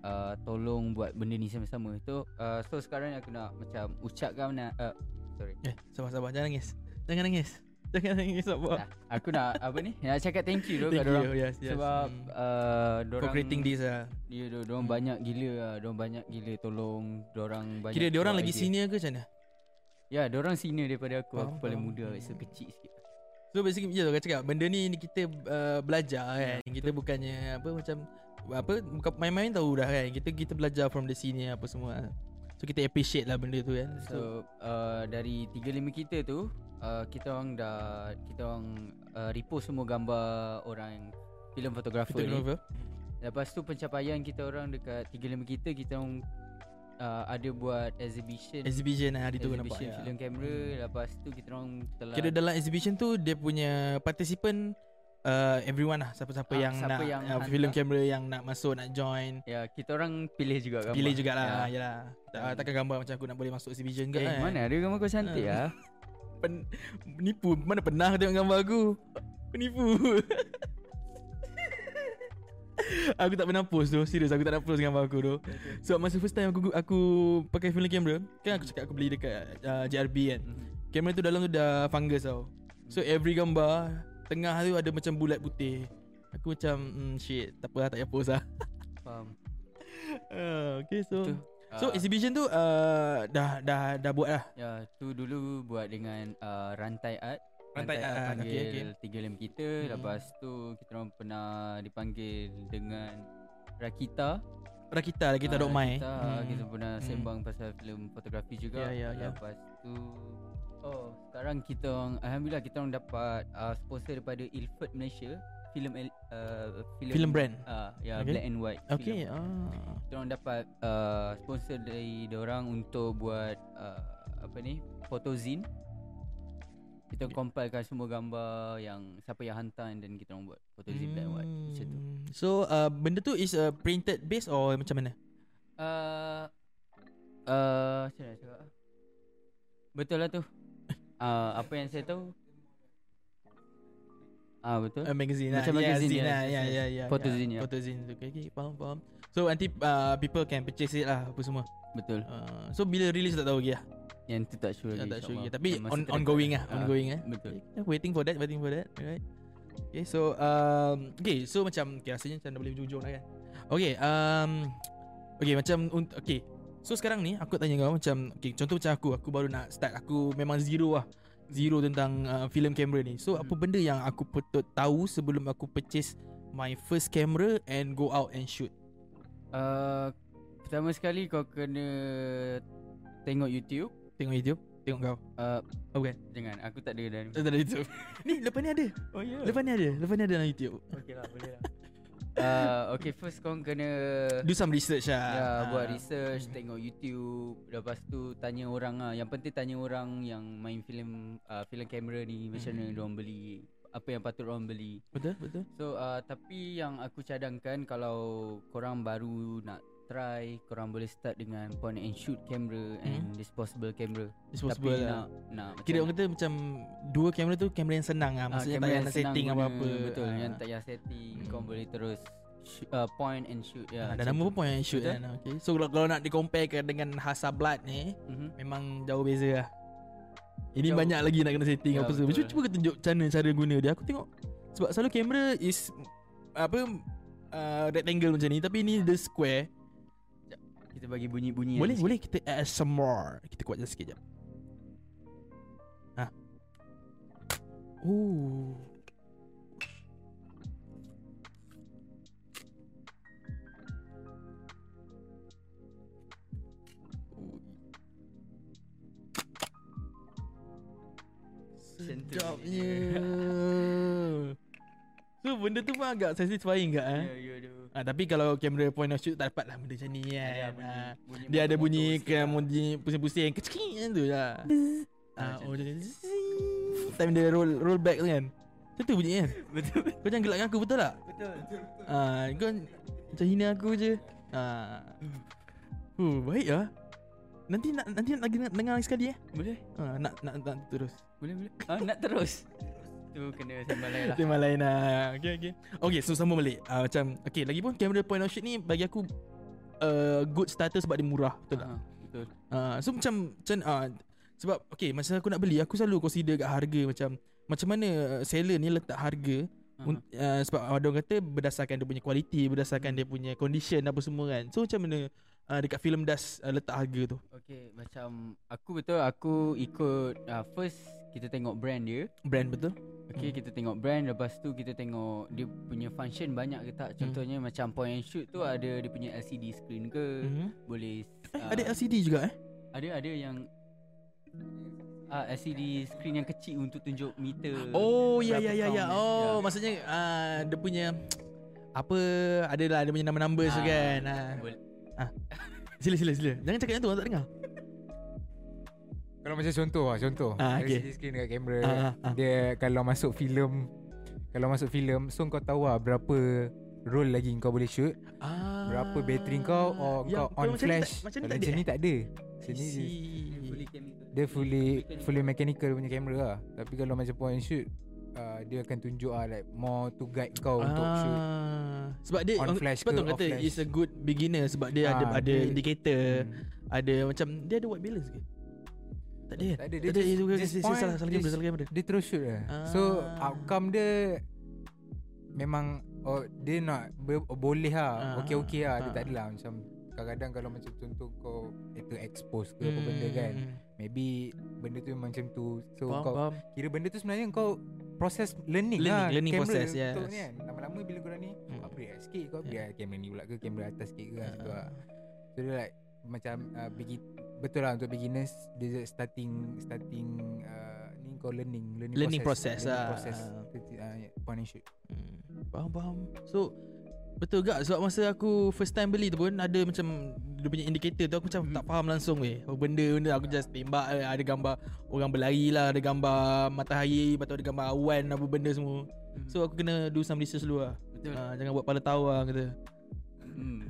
[SPEAKER 2] uh, Tolong buat benda ni sama-sama So, uh, so sekarang aku nak Macam ucapkan nak, uh, Sorry
[SPEAKER 1] Eh sabar-sabar jangan nangis Jangan nangis Jangan nangis sabar
[SPEAKER 2] Dah. Aku nak Apa ni Nak cakap thank you tu
[SPEAKER 1] Thank
[SPEAKER 2] kat diorang
[SPEAKER 1] you yes, yes.
[SPEAKER 2] Sebab
[SPEAKER 1] Hmm.
[SPEAKER 2] uh,
[SPEAKER 1] For
[SPEAKER 2] Diorang
[SPEAKER 1] creating this lah
[SPEAKER 2] Ya yeah, diorang
[SPEAKER 1] Hmm.
[SPEAKER 2] banyak gila lah Diorang banyak gila tolong Diorang banyak
[SPEAKER 1] Kira diorang
[SPEAKER 2] keluar
[SPEAKER 1] lagi
[SPEAKER 2] idea.
[SPEAKER 1] senior ke macam mana
[SPEAKER 2] Ya diorang senior daripada aku Aku
[SPEAKER 1] Faham,
[SPEAKER 2] paling
[SPEAKER 1] faham.
[SPEAKER 2] muda
[SPEAKER 1] Hmm.
[SPEAKER 2] So kecil sikit
[SPEAKER 1] So basically macam tu orang cakap Benda ni ni kita uh, belajar
[SPEAKER 2] Ya,
[SPEAKER 1] kan Kita bukannya apa macam Apa bukan main-main tahu dah kan Kita kita belajar from the senior apa semua So kita appreciate lah benda tu kan So,
[SPEAKER 2] So uh, dari 35 kita tu uh, kita orang dah kita orang uh, repost semua gambar orang filem fotografer
[SPEAKER 1] kita
[SPEAKER 2] ni.
[SPEAKER 1] over
[SPEAKER 2] Lepas tu pencapaian kita orang dekat 35 kita kita orang uh, ada buat exhibition
[SPEAKER 1] Exhibition lah hari tu nampak
[SPEAKER 2] exhibition
[SPEAKER 1] ya.
[SPEAKER 2] film kamera lepas tu lah. kita orang telah
[SPEAKER 1] Kira dalam exhibition tu Dia punya participant uh, Everyone lah Siapa-siapa
[SPEAKER 2] Ah,
[SPEAKER 1] yang
[SPEAKER 2] siapa
[SPEAKER 1] nak
[SPEAKER 2] yang lah.
[SPEAKER 1] uh,
[SPEAKER 2] hantar.
[SPEAKER 1] Film kamera yang nak masuk Nak join
[SPEAKER 2] ya kita orang pilih juga gambar.
[SPEAKER 1] Pilih jugalah
[SPEAKER 2] Ya.
[SPEAKER 1] yeah. Yalah tak,
[SPEAKER 2] Dan-
[SPEAKER 1] Takkan gambar macam aku Nak boleh masuk exhibition ke
[SPEAKER 2] Eh,
[SPEAKER 1] kan
[SPEAKER 2] mana ada gambar kau cantik
[SPEAKER 1] Ah.
[SPEAKER 2] ah.
[SPEAKER 1] Pen, Penipu Mana pernah tengok gambar aku Penipu Aku tak pernah post tu Serius aku tak nak post gambar aku tu So masa first time aku aku pakai film camera Kan aku cakap aku beli dekat uh, JRB kan Kamera tu dalam tu dah fungus tau So every gambar Tengah tu ada macam bulat putih Aku macam mm, Shit Tak apa lah tak payah post lah
[SPEAKER 2] Faham.
[SPEAKER 1] uh, Okay so
[SPEAKER 2] Betul.
[SPEAKER 1] So
[SPEAKER 2] Ah,
[SPEAKER 1] exhibition tu uh, dah dah dah buat lah
[SPEAKER 2] Ya, tu dulu buat dengan uh, rantai art.
[SPEAKER 1] Rantai art,
[SPEAKER 2] panggil
[SPEAKER 1] okey, okey.
[SPEAKER 2] tiga lem kita.
[SPEAKER 1] Hmm.
[SPEAKER 2] Hmm. Lepas tu kita orang pernah dipanggil dengan Rakita.
[SPEAKER 1] Rakita Rakita
[SPEAKER 2] Ah,
[SPEAKER 1] Dok Mai
[SPEAKER 2] Rakita,
[SPEAKER 1] Hmm.
[SPEAKER 2] Kita pernah
[SPEAKER 1] Hmm.
[SPEAKER 2] sembang pasal filem fotografi juga.
[SPEAKER 1] Ya, ya, ya.
[SPEAKER 2] Lepas tu Oh, sekarang kita orang alhamdulillah kita orang dapat uh, sponsor daripada Ilford Malaysia filem el- uh, filem
[SPEAKER 1] Film brand
[SPEAKER 2] Ah, ya
[SPEAKER 1] Okay.
[SPEAKER 2] black and white. filem
[SPEAKER 1] Okay ah.
[SPEAKER 2] kita orang dapat uh, sponsor dari orang untuk buat uh, apa ni photozine
[SPEAKER 1] Ya.
[SPEAKER 2] kita yeah. compilekan semua gambar yang siapa yang hantar and then kita orang buat photozine black and white macam tu
[SPEAKER 1] Hmm. So uh, benda tu is uh, printed based or macam mana?
[SPEAKER 2] uh, uh, macam mana nak cakap ah? betul lah tu uh, apa yang saya tahu ah betul
[SPEAKER 1] A magazine
[SPEAKER 2] Macam
[SPEAKER 1] lah.
[SPEAKER 2] magazine,
[SPEAKER 1] yeah, zine
[SPEAKER 2] yes,
[SPEAKER 1] lah.
[SPEAKER 2] yes,
[SPEAKER 1] Yeah,
[SPEAKER 2] yes.
[SPEAKER 1] yeah, yeah.
[SPEAKER 2] Photozine,
[SPEAKER 1] yeah.
[SPEAKER 2] yeah.
[SPEAKER 1] Photozine. Okay, okay, faham, faham. So nanti uh, people can purchase it lah apa semua.
[SPEAKER 2] betul
[SPEAKER 1] Uh, so bila release tak tahu lagi lah.
[SPEAKER 2] yang tu tak sure
[SPEAKER 1] Okay, tak
[SPEAKER 2] lagi,
[SPEAKER 1] sure lagi.
[SPEAKER 2] insyaAllah.
[SPEAKER 1] Tapi
[SPEAKER 2] Yang masa
[SPEAKER 1] on,
[SPEAKER 2] kita
[SPEAKER 1] ongoing
[SPEAKER 2] dapat.
[SPEAKER 1] lah,
[SPEAKER 2] Ah,
[SPEAKER 1] ongoing lah.
[SPEAKER 2] betul
[SPEAKER 1] Yeah, waiting for that, waiting for that. Alright. Okay, so um, okay, so macam okay, rasanya macam dah boleh jujur lah kan. Okay, um, okay macam unt- okay. So sekarang ni aku tanya kau macam okay, contoh macam aku, aku baru nak start, aku memang zero lah. Zero tentang uh, film kamera ni. So hmm. apa benda yang aku patut tahu sebelum aku purchase my first camera and go out and shoot.
[SPEAKER 2] uh, pertama sekali kau kena tengok YouTube
[SPEAKER 1] Tengok YouTube, tengok kau.
[SPEAKER 2] uh,
[SPEAKER 1] Bukan.
[SPEAKER 2] jangan aku tak ada dalam
[SPEAKER 1] Tak ada YouTube. ni lepas ni ada.
[SPEAKER 2] oh ya
[SPEAKER 1] Lepas ni ada. Lepas ni ada dalam YouTube.
[SPEAKER 2] okey lah boleh lah uh, okay first kau kena
[SPEAKER 1] Do some research lah.
[SPEAKER 2] Ya
[SPEAKER 1] Ah.
[SPEAKER 2] buat research
[SPEAKER 1] Hmm.
[SPEAKER 2] Tengok YouTube Lepas tu Tanya orang lah Yang penting tanya orang Yang main filem uh, Filem kamera ni Macam mana
[SPEAKER 1] Hmm.
[SPEAKER 2] diorang beli Apa yang patut orang beli
[SPEAKER 1] Betul, betul.
[SPEAKER 2] So uh, Tapi yang aku cadangkan Kalau Korang baru nak Try Korang boleh start dengan Point and shoot camera And disposable camera
[SPEAKER 1] Hmm. Disposable
[SPEAKER 2] Tapi
[SPEAKER 1] lah.
[SPEAKER 2] nak nak macam
[SPEAKER 1] Kira
[SPEAKER 2] nak-
[SPEAKER 1] orang kata macam Dua kamera tu kamera yang senang lah
[SPEAKER 2] ah,
[SPEAKER 1] Maksudnya
[SPEAKER 2] kamera
[SPEAKER 1] tak payah
[SPEAKER 2] yang
[SPEAKER 1] nak
[SPEAKER 2] senang
[SPEAKER 1] setting
[SPEAKER 2] guna,
[SPEAKER 1] apa-apa
[SPEAKER 2] Betul
[SPEAKER 1] Ah.
[SPEAKER 2] Yang tak payah setting
[SPEAKER 1] Hmm.
[SPEAKER 2] Korang boleh terus shoot, uh, Point and shoot
[SPEAKER 1] Ah,
[SPEAKER 2] ya,
[SPEAKER 1] Dah nama pun point and shoot
[SPEAKER 2] Betul.
[SPEAKER 1] kan okay. So kalau, kalau nak dikomparekan dengan Hasselblad ni
[SPEAKER 2] mm-hmm.
[SPEAKER 1] Memang jauh beza lah Ini
[SPEAKER 2] Jauh.
[SPEAKER 1] banyak lagi nak kena setting
[SPEAKER 2] Ya,
[SPEAKER 1] apa semua
[SPEAKER 2] betul.
[SPEAKER 1] Cuba, cuba kau tunjuk macam mana cara guna dia Aku tengok Sebab selalu kamera is Apa uh, Rectangle macam ni Tapi ni dia square
[SPEAKER 2] Kita bagi bunyi-bunyi
[SPEAKER 1] Boleh
[SPEAKER 2] Ya, sikit.
[SPEAKER 1] boleh kita ASMR Kita kuatkan sikit jap Ha Oh. Ooh
[SPEAKER 2] Sentuh
[SPEAKER 1] Sedapnya
[SPEAKER 2] dia.
[SPEAKER 1] So benda tu pun agak satisfying tak eh?
[SPEAKER 2] Ya ya dia
[SPEAKER 1] Ah, tapi kalau kamera point of shoot tak dapat lah benda macam ni kan.
[SPEAKER 2] Ada
[SPEAKER 1] Ada
[SPEAKER 2] bunyi,
[SPEAKER 1] ah,
[SPEAKER 2] bunyi
[SPEAKER 1] dia ada
[SPEAKER 2] motor-motor
[SPEAKER 1] bunyi
[SPEAKER 2] sikit
[SPEAKER 1] ke
[SPEAKER 2] lah.
[SPEAKER 1] bunyi pusing-pusing kecil kan tu lah.
[SPEAKER 2] Ah,
[SPEAKER 1] Ah,
[SPEAKER 2] macam
[SPEAKER 1] oh jadi time dia roll roll back tu kan. Macam tu bunyi kan.
[SPEAKER 2] Betul
[SPEAKER 1] Kau jangan gelakkan aku betul tak?
[SPEAKER 2] Betul
[SPEAKER 1] Ah, kau macam hina aku je. Ah.
[SPEAKER 2] Hmm.
[SPEAKER 1] Huh, baik lah. Nanti nak nanti nak lagi nak dengar lagi sekali eh.
[SPEAKER 2] Boleh
[SPEAKER 1] Ah, nak nak nak terus.
[SPEAKER 2] Boleh boleh ah, Nak terus Tu kena sembang lain lah
[SPEAKER 1] Tema lain lah Okay okay Okay so sambung balik uh, Macam Okay lagi pun Kamera point of shoot ni Bagi aku uh, Good starter sebab dia murah Betul tak?
[SPEAKER 2] Ah, Betul
[SPEAKER 1] Uh, so macam Macam uh, Sebab okay Masa aku nak beli Aku selalu consider kat harga Macam Macam mana uh, seller ni letak harga
[SPEAKER 2] Ah,
[SPEAKER 1] un- uh, Sebab ada orang kata Berdasarkan dia punya kualiti
[SPEAKER 2] Hmm.
[SPEAKER 1] Berdasarkan dia punya condition Apa semua kan So macam mana uh, Dekat film das uh, Letak harga tu
[SPEAKER 2] Okay macam Aku betul Aku ikut ah, First Kita tengok brand dia
[SPEAKER 1] Brand betul
[SPEAKER 2] Okay
[SPEAKER 1] Hmm.
[SPEAKER 2] kita tengok brand Lepas tu kita tengok Dia punya function banyak ke
[SPEAKER 1] Hmm.
[SPEAKER 2] tak Contohnya macam point and shoot tu Ada dia punya LCD screen ke
[SPEAKER 1] mm-hmm.
[SPEAKER 2] Boleh
[SPEAKER 1] eh,
[SPEAKER 2] ah,
[SPEAKER 1] Ada LCD juga eh
[SPEAKER 2] Ada ada yang ah, LCD screen yang kecil Untuk tunjuk meter
[SPEAKER 1] Oh ya
[SPEAKER 2] berapa
[SPEAKER 1] ya ya ya.
[SPEAKER 2] count dia.
[SPEAKER 1] Oh
[SPEAKER 2] Ya.
[SPEAKER 1] maksudnya uh, dia punya apa adalah dia punya nama-nama tu
[SPEAKER 2] Ah,
[SPEAKER 1] kan. Ah.
[SPEAKER 2] boleh.
[SPEAKER 1] Sila sila sila. Jangan cakap yang tu orang tak dengar.
[SPEAKER 3] Kalau macam contoh lah Contoh
[SPEAKER 1] Ah,
[SPEAKER 3] Dari
[SPEAKER 1] okay.
[SPEAKER 3] segi screen dekat kamera
[SPEAKER 1] Ah, ah, ah.
[SPEAKER 3] Eh, Dia kalau masuk filem Kalau masuk filem So kau tahu lah Berapa roll lagi kau boleh shoot
[SPEAKER 1] Ah.
[SPEAKER 3] Berapa bateri kau Or
[SPEAKER 1] Ya,
[SPEAKER 3] kau on
[SPEAKER 1] kalau macam ni
[SPEAKER 3] flash
[SPEAKER 1] Tak, macam ni tak ada.
[SPEAKER 3] Kalau Macam ni
[SPEAKER 1] eh?
[SPEAKER 3] tak ada
[SPEAKER 1] I
[SPEAKER 3] Macam ni dia-
[SPEAKER 1] see.
[SPEAKER 3] dia fully fully mechanical punya kamera lah Tapi kalau macam point and shoot uh, Dia akan tunjuk lah like More to guide kau untuk shoot
[SPEAKER 1] Ah. Sebab dia
[SPEAKER 3] On
[SPEAKER 1] orang-
[SPEAKER 3] flash
[SPEAKER 1] sebab
[SPEAKER 3] ke
[SPEAKER 1] tu orang
[SPEAKER 3] off
[SPEAKER 1] kata
[SPEAKER 3] flash?
[SPEAKER 1] is a good beginner sebab dia ada ada
[SPEAKER 3] Ah, dia-
[SPEAKER 1] indicator,
[SPEAKER 3] Hmm.
[SPEAKER 1] ada macam dia ada white balance ke? Tak ada.
[SPEAKER 3] Tak ada, dia
[SPEAKER 1] Tak ada.
[SPEAKER 3] just-
[SPEAKER 1] itu-
[SPEAKER 3] just
[SPEAKER 1] itu- itu-
[SPEAKER 3] point,
[SPEAKER 1] Salah salah kamera
[SPEAKER 3] just-
[SPEAKER 1] salah kamera.
[SPEAKER 3] Dia terus shoot lah So
[SPEAKER 1] Ah.
[SPEAKER 3] outcome dia Memang oh, Dia nak ber, Boleh
[SPEAKER 1] Ah,
[SPEAKER 3] lah Okay-okay lah Dia
[SPEAKER 1] ah.
[SPEAKER 3] tak adalah macam Kadang-kadang kalau macam contoh kau Later expose ke apa benda kan
[SPEAKER 1] Hmm.
[SPEAKER 3] Maybe Benda tu memang macam tu So
[SPEAKER 1] Faham,
[SPEAKER 3] kau
[SPEAKER 1] faham.
[SPEAKER 3] Kira benda tu sebenarnya kau Proses
[SPEAKER 1] Learning,
[SPEAKER 3] learning, lah
[SPEAKER 1] learning
[SPEAKER 3] kamera
[SPEAKER 1] process,
[SPEAKER 3] untuk
[SPEAKER 1] yes.
[SPEAKER 3] ni kan Lama-lama bila korang ni
[SPEAKER 1] Hmm.
[SPEAKER 3] Kau upgrade lah sikit Kau upgrade
[SPEAKER 1] Ya.
[SPEAKER 3] lah kamera ni pula ke Kamera atas sikit ke uh.
[SPEAKER 1] Ha,
[SPEAKER 3] lah. So dia like Macam uh, begin, Betul lah untuk beginners Dia just starting Starting uh, Ni kau learning Learning,
[SPEAKER 1] Learning
[SPEAKER 3] process
[SPEAKER 1] process, lah. Ha,
[SPEAKER 3] Learning
[SPEAKER 1] ah.
[SPEAKER 3] process uh, Point and shoot
[SPEAKER 1] Hmm, Faham faham So Betul juga sebab masa aku first time beli tu pun ada macam dia punya indicator tu aku macam tak faham langsung weh. Oh, benda-benda aku just tembak eh, ada gambar orang berlari lah, ada gambar matahari, lepas tu ada gambar awan apa benda semua. So aku kena do some research dulu lah.
[SPEAKER 2] Hmm. Betul.
[SPEAKER 1] Ah, jangan buat pala tawa kata.
[SPEAKER 2] Hmm.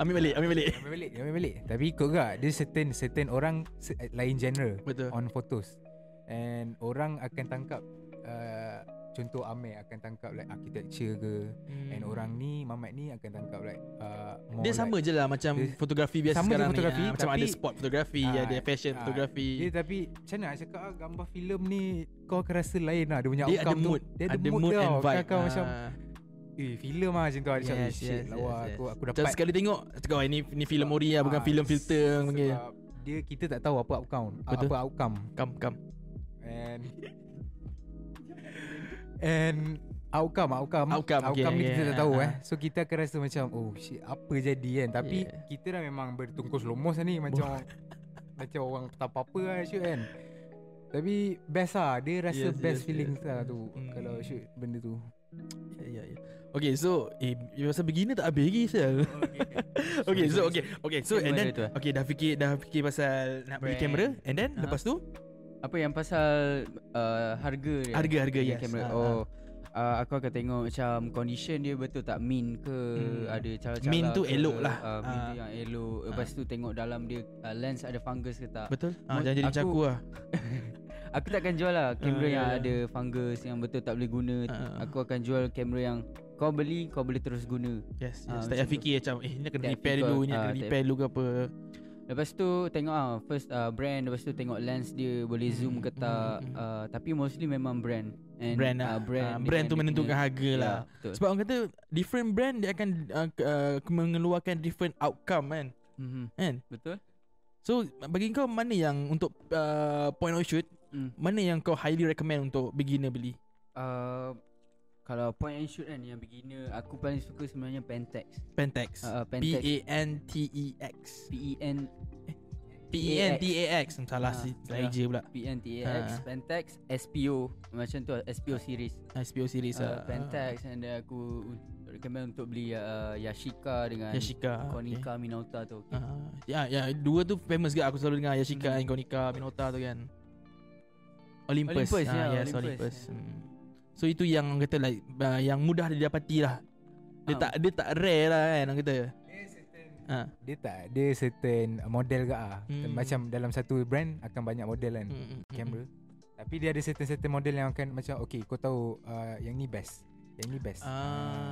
[SPEAKER 1] Ambil balik, ambil balik.
[SPEAKER 3] Ambil balik Ambil balik Tapi ikut juga Dia certain Certain orang se- eh, Lain genre
[SPEAKER 1] Betul.
[SPEAKER 3] On photos And orang akan tangkap uh, Contoh Amir akan tangkap Like architecture ke
[SPEAKER 1] Hmm.
[SPEAKER 3] And orang ni Mamat ni akan tangkap like uh, more
[SPEAKER 1] dia sama
[SPEAKER 3] like,
[SPEAKER 1] je lah macam
[SPEAKER 3] dia-
[SPEAKER 1] fotografi biasa
[SPEAKER 3] sama je
[SPEAKER 1] sekarang ni.
[SPEAKER 3] fotografi,
[SPEAKER 1] Ah, macam ada
[SPEAKER 3] tapi-
[SPEAKER 1] sport fotografi,
[SPEAKER 3] Ah,
[SPEAKER 1] ada fashion
[SPEAKER 3] ah,
[SPEAKER 1] fotografi.
[SPEAKER 3] Dia tapi Macam mana nak cakap ah, Gambar filem ni Kau akan rasa lain lah Dia punya
[SPEAKER 1] Dia ada
[SPEAKER 3] outcome
[SPEAKER 1] mood,
[SPEAKER 3] tu Dia ada, mood, tau
[SPEAKER 1] and vibe.
[SPEAKER 3] Kau
[SPEAKER 1] Ah.
[SPEAKER 3] macam Eh filem lah macam tu Ada yes, shit yes, lawa yes, aku, aku dapat
[SPEAKER 1] Macam sekali tengok Cakap "Oh, ini ni filem ori lah Bukan
[SPEAKER 3] Ah,
[SPEAKER 1] filem filter orang panggil
[SPEAKER 3] Sebab dia kita tak tahu apa outcome Ah,
[SPEAKER 1] Betul.
[SPEAKER 3] Apa outcome
[SPEAKER 1] Come come
[SPEAKER 3] And And Outcome Outcome
[SPEAKER 1] Outcome, okay,
[SPEAKER 3] outcome ni
[SPEAKER 1] okay,
[SPEAKER 3] kita tak tahu
[SPEAKER 1] ah,
[SPEAKER 3] eh So kita akan rasa macam Oh shit Apa jadi kan Tapi
[SPEAKER 1] Yeah.
[SPEAKER 3] kita dah memang Bertungkus lomus lah ni Macam orang- Macam orang tak apa-apa lah shoot kan Tapi Best lah Dia rasa
[SPEAKER 1] Yes,
[SPEAKER 3] best
[SPEAKER 1] yes,
[SPEAKER 3] feelings
[SPEAKER 1] yes.
[SPEAKER 3] lah tu
[SPEAKER 1] Mm.
[SPEAKER 3] Kalau shoot benda tu
[SPEAKER 1] Ya ya ya Okay so Eh masa beginner tak habis lagi sel Okay so okay Okay so and then
[SPEAKER 2] Kamera tu eh?
[SPEAKER 1] Okay dah fikir Dah fikir pasal Nak beli
[SPEAKER 2] Brand.
[SPEAKER 1] kamera And then
[SPEAKER 2] Ah.
[SPEAKER 1] lepas tu
[SPEAKER 2] Apa yang pasal uh, harga dia?
[SPEAKER 1] Harga-harga
[SPEAKER 2] Harga
[SPEAKER 1] yes
[SPEAKER 2] Kamera.
[SPEAKER 1] Ah,
[SPEAKER 2] oh.
[SPEAKER 1] ah.
[SPEAKER 2] Uh, aku akan tengok macam condition dia betul tak min ke
[SPEAKER 1] Hmm.
[SPEAKER 2] ada cara-cara
[SPEAKER 1] Mint tu
[SPEAKER 2] ke,
[SPEAKER 1] elok lah.
[SPEAKER 2] uh, min tu
[SPEAKER 1] Ah.
[SPEAKER 2] yang elok lepas tu tengok dalam dia uh, lens ada fungus ke tak
[SPEAKER 1] Betul ah, Jangan
[SPEAKER 2] Mood
[SPEAKER 1] jadi macam
[SPEAKER 2] aku-
[SPEAKER 1] aku lah
[SPEAKER 2] aku takkan jual lah kamera
[SPEAKER 1] ya,
[SPEAKER 2] yang
[SPEAKER 1] ya.
[SPEAKER 2] ada fungus yang betul tak boleh guna
[SPEAKER 1] Ah.
[SPEAKER 2] aku akan jual kamera yang kau beli kau boleh terus guna
[SPEAKER 1] Yes,
[SPEAKER 2] Ah,
[SPEAKER 1] yes.
[SPEAKER 2] macam
[SPEAKER 1] Tak payah
[SPEAKER 2] tu.
[SPEAKER 1] fikir macam Eh ni kena
[SPEAKER 2] Tak
[SPEAKER 1] repair
[SPEAKER 2] fikir,
[SPEAKER 1] dulu Ni
[SPEAKER 2] ah,
[SPEAKER 1] kena
[SPEAKER 2] tak-
[SPEAKER 1] repair dulu ke apa
[SPEAKER 2] Lepas tu tengok ah first uh, brand lepas tu tengok lens dia boleh
[SPEAKER 1] Hmm,
[SPEAKER 2] zoom ke
[SPEAKER 1] hmm,
[SPEAKER 2] tak
[SPEAKER 1] hmm.
[SPEAKER 2] uh, tapi mostly memang brand and
[SPEAKER 1] Brand lah
[SPEAKER 2] ah,
[SPEAKER 1] brand,
[SPEAKER 2] dia
[SPEAKER 1] brand
[SPEAKER 2] kan
[SPEAKER 1] tu
[SPEAKER 2] dia
[SPEAKER 1] menentukan
[SPEAKER 2] punya-
[SPEAKER 1] harga
[SPEAKER 2] Ya,
[SPEAKER 1] lah
[SPEAKER 2] betul.
[SPEAKER 1] Sebab orang kata Different brand Dia akan uh, k- uh, Mengeluarkan different outcome kan
[SPEAKER 2] Mhm,
[SPEAKER 1] Kan
[SPEAKER 2] betul
[SPEAKER 1] So bagi kau mana yang untuk uh, point of shoot
[SPEAKER 2] Hmm.
[SPEAKER 1] Mana yang kau highly recommend untuk beginner beli
[SPEAKER 2] Uh, kalau point and shoot kan yang beginner aku paling suka sebenarnya Pentax.
[SPEAKER 1] Pentax
[SPEAKER 2] Uh, Pentax
[SPEAKER 1] P-A-N-T-E-X
[SPEAKER 2] P E N
[SPEAKER 1] P-E-N-T-A-X E Hmm, Salah
[SPEAKER 2] Ah,
[SPEAKER 1] si
[SPEAKER 2] salah.
[SPEAKER 1] Lain je pula
[SPEAKER 2] P E N T A X
[SPEAKER 1] Ha.
[SPEAKER 2] Pentax SPO macam tu lah, SPO series.
[SPEAKER 1] SPO series
[SPEAKER 2] Uh,
[SPEAKER 1] lah
[SPEAKER 2] Pentax and then aku recommend untuk beli uh, Yashica dengan
[SPEAKER 1] Yashika
[SPEAKER 2] Konica Minolta tu. Okay.
[SPEAKER 1] Uh, ya, ya, dua tu famous juga aku selalu dengar
[SPEAKER 2] Hmm.
[SPEAKER 1] Yashika and Konica Minota tu kan. Olympus.
[SPEAKER 2] Olympus,
[SPEAKER 1] Ah,
[SPEAKER 2] ya,
[SPEAKER 1] yes,
[SPEAKER 2] Olympus,
[SPEAKER 1] Olympus.
[SPEAKER 2] ya.
[SPEAKER 1] Hmm. So itu yang orang kata like uh, yang mudah didapati lah. Dia
[SPEAKER 2] Ah.
[SPEAKER 1] tak dia tak rare lah kan orang kata. Ah.
[SPEAKER 3] Dia tak Dia certain model ke ah.
[SPEAKER 1] Hmm.
[SPEAKER 3] Macam dalam satu brand Akan banyak model kan
[SPEAKER 1] Hmm, hmm, hmm.
[SPEAKER 3] kamera tapi dia ada certain-certain model yang akan macam okay kau tahu uh, yang ni best yang ni best Ah,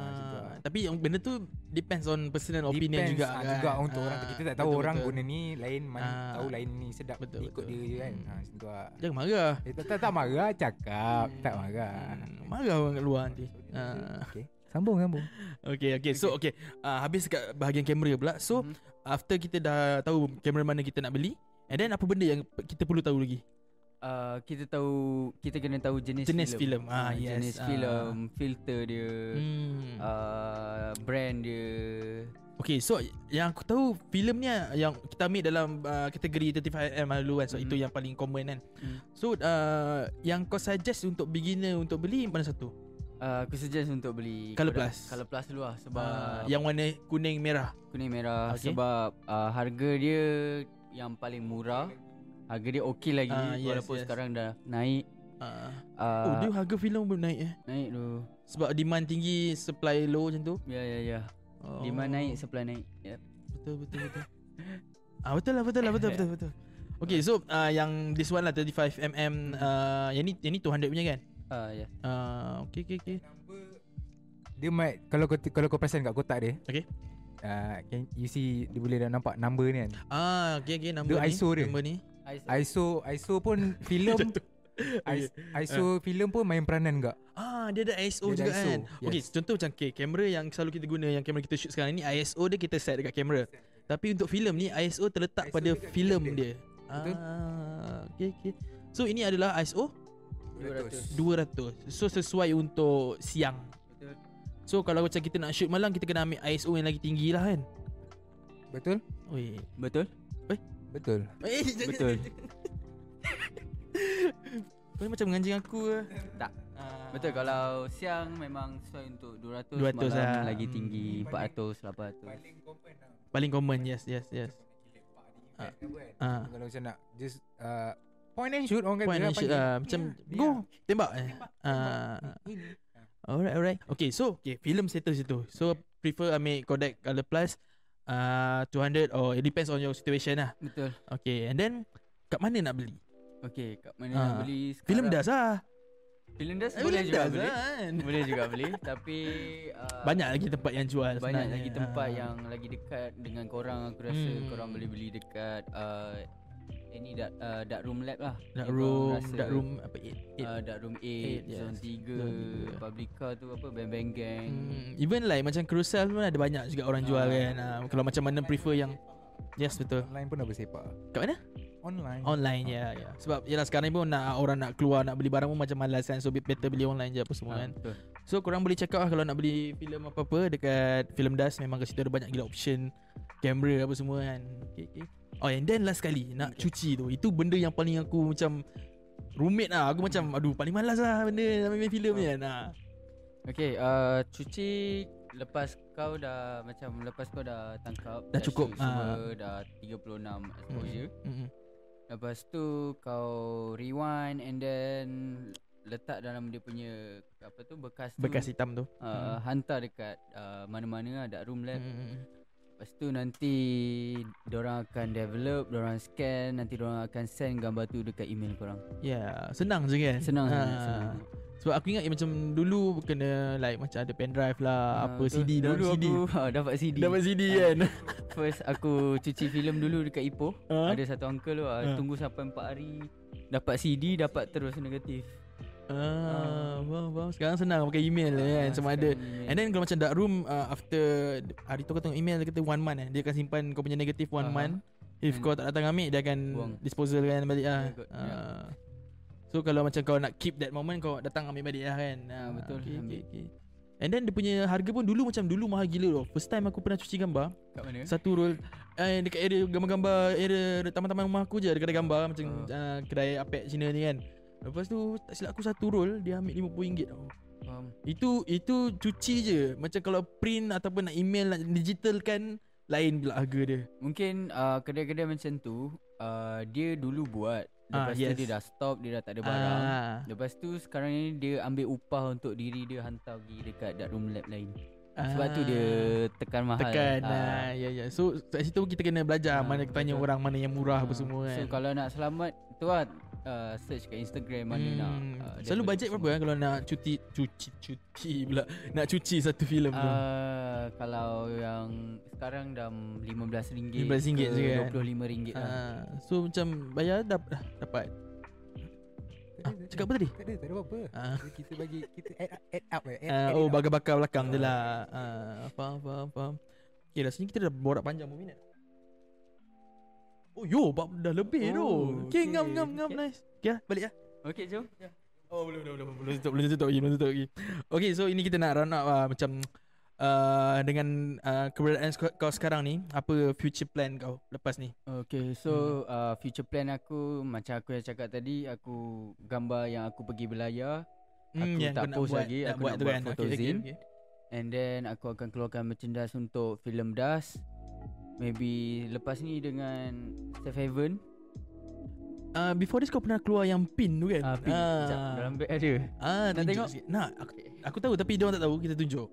[SPEAKER 3] macam tu
[SPEAKER 1] Ah,
[SPEAKER 3] lah.
[SPEAKER 1] tapi yang benda tu depends on personal opinion
[SPEAKER 3] Depends,
[SPEAKER 1] juga
[SPEAKER 3] ah,
[SPEAKER 1] kan.
[SPEAKER 3] juga untuk orang
[SPEAKER 1] Ah,
[SPEAKER 3] kita tak tahu
[SPEAKER 1] betul,
[SPEAKER 3] orang
[SPEAKER 1] betul.
[SPEAKER 3] guna ni lain mana
[SPEAKER 1] Ah.
[SPEAKER 3] tahu lain ni sedap
[SPEAKER 1] Betul,
[SPEAKER 3] betul, ikut
[SPEAKER 1] betul.
[SPEAKER 3] dia je kan
[SPEAKER 1] Hmm.
[SPEAKER 3] ha macam tu lah
[SPEAKER 1] Jangan marah.
[SPEAKER 3] eh, tak, tak, tak marah cakap Ah, tak marah
[SPEAKER 1] Hmm, marah orang kat luar nanti. Ah.
[SPEAKER 3] okay. sambung sambung
[SPEAKER 1] Okay, okay. So okay, uh, habis kat bahagian kamera pula. So
[SPEAKER 2] Mhm.
[SPEAKER 1] after kita dah tahu kamera mana kita nak beli and then apa benda yang p- kita perlu tahu lagi
[SPEAKER 2] Uh, kita tahu kita kena tahu jenis
[SPEAKER 1] Jenis filem.
[SPEAKER 2] filem.
[SPEAKER 1] Ah, yes,
[SPEAKER 2] jenis
[SPEAKER 1] ah.
[SPEAKER 2] filem, filter dia,
[SPEAKER 1] hmm.
[SPEAKER 3] Ah.
[SPEAKER 1] uh,
[SPEAKER 2] uh, brand dia.
[SPEAKER 1] okay so yang aku tahu filem ni ah, yang kita ambil dalam uh, kategori 35mm lah dulu kan so
[SPEAKER 2] Mhm.
[SPEAKER 1] itu yang paling common kan
[SPEAKER 3] Mhm.
[SPEAKER 2] Hmm.
[SPEAKER 1] so uh, yang kau suggest untuk beginner untuk beli mana satu
[SPEAKER 2] Uh, aku suggest untuk beli
[SPEAKER 1] Colour
[SPEAKER 2] kodak-
[SPEAKER 1] Plus.
[SPEAKER 2] Colour Plus dulu lah sebab
[SPEAKER 1] uh, yang warna kuning merah
[SPEAKER 2] kuning merah
[SPEAKER 1] Okey.
[SPEAKER 2] okay. sebab uh, harga dia yang paling murah. Harga dia okey lagi
[SPEAKER 1] Ah, yes,
[SPEAKER 2] walaupun
[SPEAKER 1] yes.
[SPEAKER 2] sekarang dah naik.
[SPEAKER 1] uh,
[SPEAKER 2] Uh,
[SPEAKER 1] oh dia harga filem belum naik eh
[SPEAKER 2] naik dulu.
[SPEAKER 1] sebab demand tinggi supply low macam tu
[SPEAKER 2] Ya ya ya.
[SPEAKER 1] oh.
[SPEAKER 2] Demand naik, supply naik. Yep.
[SPEAKER 1] betul betul betul ah betul lah betul lah betul betul betul Okay so uh, yang this one lah 35mm uh, yang ni yang ni 200 punya kan
[SPEAKER 2] Uh, yeah.
[SPEAKER 1] Ah, okay, okay, okay.
[SPEAKER 3] dia might kalau kau kalau kau perasan kat kotak dia
[SPEAKER 1] Okey.
[SPEAKER 3] Uh, can you see dia boleh dah nampak number ni kan
[SPEAKER 1] Ah, okay, okay. Number
[SPEAKER 3] Dia
[SPEAKER 1] ni.
[SPEAKER 3] ISO dia.
[SPEAKER 1] Number ni.
[SPEAKER 3] ISO ISO pun filem
[SPEAKER 1] Okay.
[SPEAKER 3] ISO filem pun main peranan enggak
[SPEAKER 1] Ah, dia ada ISO
[SPEAKER 3] Dia ada
[SPEAKER 1] juga
[SPEAKER 3] ISO,
[SPEAKER 1] kan.
[SPEAKER 3] yes.
[SPEAKER 1] Okay, contoh macam okay, kamera yang selalu kita guna, yang kamera kita shoot sekarang ni, ISO dia kita set dekat kamera. Tapi untuk filem ni, ISO terletak
[SPEAKER 3] ISO
[SPEAKER 1] pada
[SPEAKER 3] dekat
[SPEAKER 1] filem
[SPEAKER 3] filem
[SPEAKER 1] dia.
[SPEAKER 3] Betul.
[SPEAKER 1] Ah, okay, okay. So ini adalah ISO
[SPEAKER 2] 200.
[SPEAKER 1] 200. So sesuai untuk siang.
[SPEAKER 2] Betul.
[SPEAKER 1] So kalau macam kita nak shoot malam, kita kena ambil ISO yang lagi tinggi lah kan.
[SPEAKER 3] betul
[SPEAKER 1] Oi.
[SPEAKER 2] Betul?
[SPEAKER 3] betul
[SPEAKER 1] Eh,
[SPEAKER 2] Betul.
[SPEAKER 1] Kau ni macam menganjing aku ke?
[SPEAKER 2] Tak.
[SPEAKER 1] Ah.
[SPEAKER 2] Betul kalau siang memang sesuai untuk
[SPEAKER 1] 200
[SPEAKER 2] 200, 200 malam
[SPEAKER 1] lah.
[SPEAKER 2] lagi
[SPEAKER 1] Hmm.
[SPEAKER 2] tinggi
[SPEAKER 3] Paling-
[SPEAKER 2] 400 800.
[SPEAKER 3] Paling common lah
[SPEAKER 1] Paling common yes yes yes.
[SPEAKER 3] Flat tu kan
[SPEAKER 1] Ah.
[SPEAKER 3] Kalau macam nak Just uh, Point and shoot Orang kata
[SPEAKER 1] Point
[SPEAKER 3] lah
[SPEAKER 1] and shoot
[SPEAKER 3] panggil.
[SPEAKER 1] ah, macam
[SPEAKER 3] Ni
[SPEAKER 1] go
[SPEAKER 3] lah.
[SPEAKER 1] tembak eh. Ah.
[SPEAKER 3] Tembak. Ni, ni.
[SPEAKER 1] Alright alright. Okay so okay film settle situ. So prefer ambil Kodak Color Plus uh, 200 or it depends on your situation lah.
[SPEAKER 2] Betul.
[SPEAKER 1] Okay and then kat mana nak beli?
[SPEAKER 2] Okey, kat mana
[SPEAKER 1] Ah.
[SPEAKER 2] nak beli
[SPEAKER 1] Film lah. dah
[SPEAKER 2] sekarang?
[SPEAKER 1] sah.
[SPEAKER 2] Eh, Film das lah,
[SPEAKER 1] Eh,
[SPEAKER 2] boleh
[SPEAKER 1] film
[SPEAKER 2] juga
[SPEAKER 1] dah
[SPEAKER 2] beli.
[SPEAKER 1] sah kan?
[SPEAKER 2] Boleh juga beli tapi uh,
[SPEAKER 1] Banyak lagi tempat yang jual
[SPEAKER 2] banyak
[SPEAKER 1] sebenarnya.
[SPEAKER 2] lagi tempat
[SPEAKER 1] Ah.
[SPEAKER 2] yang lagi dekat dengan korang aku rasa
[SPEAKER 1] Hmm.
[SPEAKER 2] korang boleh beli dekat uh, ini dak uh, dak room lab lah.
[SPEAKER 1] Dark
[SPEAKER 2] Yang korang
[SPEAKER 1] room,
[SPEAKER 2] rasa,
[SPEAKER 1] dark room apa it, it.
[SPEAKER 2] Uh, dak room 8,
[SPEAKER 1] Eight,
[SPEAKER 2] zone
[SPEAKER 1] yes.
[SPEAKER 2] 3,
[SPEAKER 1] Zone 3.
[SPEAKER 2] Publica tu apa Bang Bang Gang. Ha,
[SPEAKER 1] Hmm, even like macam carousel pun ada banyak juga orang jual
[SPEAKER 2] Ah.
[SPEAKER 1] kan. Ah, kalau macam mana prefer yang Yes betul.
[SPEAKER 3] Online pun dah bersepak
[SPEAKER 1] Kat mana?
[SPEAKER 3] Online
[SPEAKER 1] Online ya ya. Sebab yalah sekarang ni pun nak orang nak keluar nak beli barang pun macam malas kan. So better beli online je apa semua
[SPEAKER 2] Ah,
[SPEAKER 1] kan.
[SPEAKER 2] betul.
[SPEAKER 1] So korang boleh check out lah kalau nak beli filem apa-apa dekat Film Das memang kat situ ada banyak gila option kamera apa semua kan. Okay, okay. Oh and then last sekali nak
[SPEAKER 2] Okay.
[SPEAKER 1] cuci tu. Itu benda yang paling aku macam roommate lah. Aku macam aduh paling malas lah benda nak main filem ni kan. Ah.
[SPEAKER 2] Okay, uh, cuci lepas kau dah macam lepas kau dah tangkap
[SPEAKER 1] Dah cukup, ha. Hmm.
[SPEAKER 2] shoot semua dah 36 exposure.
[SPEAKER 1] Mm-mm.
[SPEAKER 2] Lepas tu kau rewind and then letak dalam dia punya apa tu bekas tu
[SPEAKER 1] Bekas hitam tu.
[SPEAKER 2] uh, hantar dekat uh, mana-mana lah dekat room lab.
[SPEAKER 1] Mm-mm.
[SPEAKER 2] Lepas tu nanti Diorang akan develop, diorang scan, nanti diorang akan send gambar tu dekat email korang.
[SPEAKER 1] Yeah, senang je kan.
[SPEAKER 2] Senang sangat,
[SPEAKER 1] Ah.
[SPEAKER 2] senang. sangat.
[SPEAKER 1] Sebab aku ingat eh, macam dulu kena like macam ada pen drive lah,
[SPEAKER 2] Ah,
[SPEAKER 1] apa
[SPEAKER 2] betul.
[SPEAKER 1] CD dalam
[SPEAKER 2] dulu
[SPEAKER 1] CD.
[SPEAKER 2] Aku, ah, dapat CD.
[SPEAKER 1] Dapat CD
[SPEAKER 2] Ah.
[SPEAKER 1] kan.
[SPEAKER 2] First aku cuci filem dulu dekat Ipoh.
[SPEAKER 1] Ah.
[SPEAKER 2] Ada satu uncle tu ah,
[SPEAKER 1] Ha.
[SPEAKER 2] Tunggu sampai 4 hari Dapat CD Dapat terus negatif
[SPEAKER 1] Ah, faham, faham. Sekarang senang pakai email
[SPEAKER 2] Ah,
[SPEAKER 1] je kan sama ada. And then kalau macam dark room uh, after hari tu kau tengok email dia kata one month eh. Dia akan simpan kau punya negative one
[SPEAKER 2] Aha.
[SPEAKER 1] month. If
[SPEAKER 2] And-
[SPEAKER 1] kau tak datang ambil dia akan
[SPEAKER 2] Buang.
[SPEAKER 1] disposal kan balik lah.
[SPEAKER 2] Yeah, good.
[SPEAKER 1] Ah.
[SPEAKER 2] Yeah.
[SPEAKER 1] So kalau macam kau nak keep that moment kau datang ambil balik lah kan. Ah,
[SPEAKER 2] Ah, betul,
[SPEAKER 1] okay,
[SPEAKER 2] ambil.
[SPEAKER 1] okay, okay. And then dia punya harga pun dulu macam dulu mahal gila tau. First time aku pernah cuci gambar
[SPEAKER 2] Kat mana?
[SPEAKER 1] Satu roll eh, Dekat area gambar-gambar Area taman-taman rumah aku je Ada kedai gambar Macam
[SPEAKER 2] Ah.
[SPEAKER 1] uh, kedai apek Cina ni kan Lepas tu tak silap aku satu roll Dia ambil RM50 tau
[SPEAKER 2] Faham.
[SPEAKER 1] Itu itu cuci je Macam kalau print Ataupun nak email Nak digital kan Lain pula harga dia
[SPEAKER 2] Mungkin ah, kedai-kedai macam tu ah, Dia dulu buat
[SPEAKER 1] Ah,
[SPEAKER 2] Lepas tu
[SPEAKER 1] yes. Ah,
[SPEAKER 2] dia dah stop Dia dah tak ada barang Lepas tu sekarang ni Dia ambil upah untuk diri dia Hantar pergi dekat Dark room lab lain Sebab tu dia tekan mahal
[SPEAKER 1] Tekan ah.
[SPEAKER 2] Ah.
[SPEAKER 1] Ya ya So kat situ kita kena belajar
[SPEAKER 2] Ah,
[SPEAKER 1] Mana kita tanya
[SPEAKER 2] betul.
[SPEAKER 1] orang Mana yang murah apa
[SPEAKER 2] Ah.
[SPEAKER 1] semua kan
[SPEAKER 2] So kalau nak selamat Tu lah ah, Search kat Instagram Mana nak ah,
[SPEAKER 1] Hmm. Selalu
[SPEAKER 2] develop
[SPEAKER 1] bajet
[SPEAKER 2] semua.
[SPEAKER 1] berapa kan Kalau nak cuci Cuci Cuci pula Nak cuci satu filem tu
[SPEAKER 2] Uh, kalau yang sekarang dah RM15
[SPEAKER 1] RM15 je kan?
[SPEAKER 2] RM25 uh, lah.
[SPEAKER 1] Ah, so macam bayar dap, ah, dapat. Ah, cakap apa tadi?
[SPEAKER 3] Tak ada tak ada apa-apa
[SPEAKER 1] Ah.
[SPEAKER 3] Kita bagi Kita add, up- add up eh, add,
[SPEAKER 1] Ah,
[SPEAKER 3] add
[SPEAKER 1] oh
[SPEAKER 3] it up.
[SPEAKER 1] bakar-bakar belakang je lah. Ah, faham faham faham. Okay rasanya kita dah borak panjang berapa minit? Oh yo bab dah lebih tu. Okay,
[SPEAKER 2] Oh, okay,
[SPEAKER 1] ngam ngam ngam
[SPEAKER 2] okay.
[SPEAKER 1] nice. Okay lah, balik lah.
[SPEAKER 2] Okey jom.
[SPEAKER 1] Oh belum belum belum belum tutup belum tutup lagi belum tutup lagi. Okay so ini kita nak run up lah, macam uh, dengan uh, keberadaan kau- kau sekarang ni apa future plan kau lepas ni?
[SPEAKER 2] Okay
[SPEAKER 1] Hmm.
[SPEAKER 2] so uh, future plan aku macam aku yang cakap tadi aku gambar yang aku pergi belayar Aku
[SPEAKER 1] Hmm, yang
[SPEAKER 2] tak
[SPEAKER 1] kau nak
[SPEAKER 2] post
[SPEAKER 1] buat-
[SPEAKER 2] lagi, aku nak
[SPEAKER 1] tu
[SPEAKER 2] buat
[SPEAKER 1] kan. Okay,
[SPEAKER 2] photo
[SPEAKER 1] okay,
[SPEAKER 2] zine.
[SPEAKER 1] okay.
[SPEAKER 2] and then aku akan keluarkan merchandise untuk filem Das. Maybe lepas ni dengan Safe Haven.
[SPEAKER 1] Uh, before this kau pernah keluar yang pin tu kan?
[SPEAKER 2] Ah, pin. Sekejap, dalam beg ada.
[SPEAKER 1] Ah,
[SPEAKER 2] Nak
[SPEAKER 1] tunjuk
[SPEAKER 2] tengok?
[SPEAKER 1] sikit. Nak. Aku, aku tahu tapi dia orang tak tahu kita tunjuk.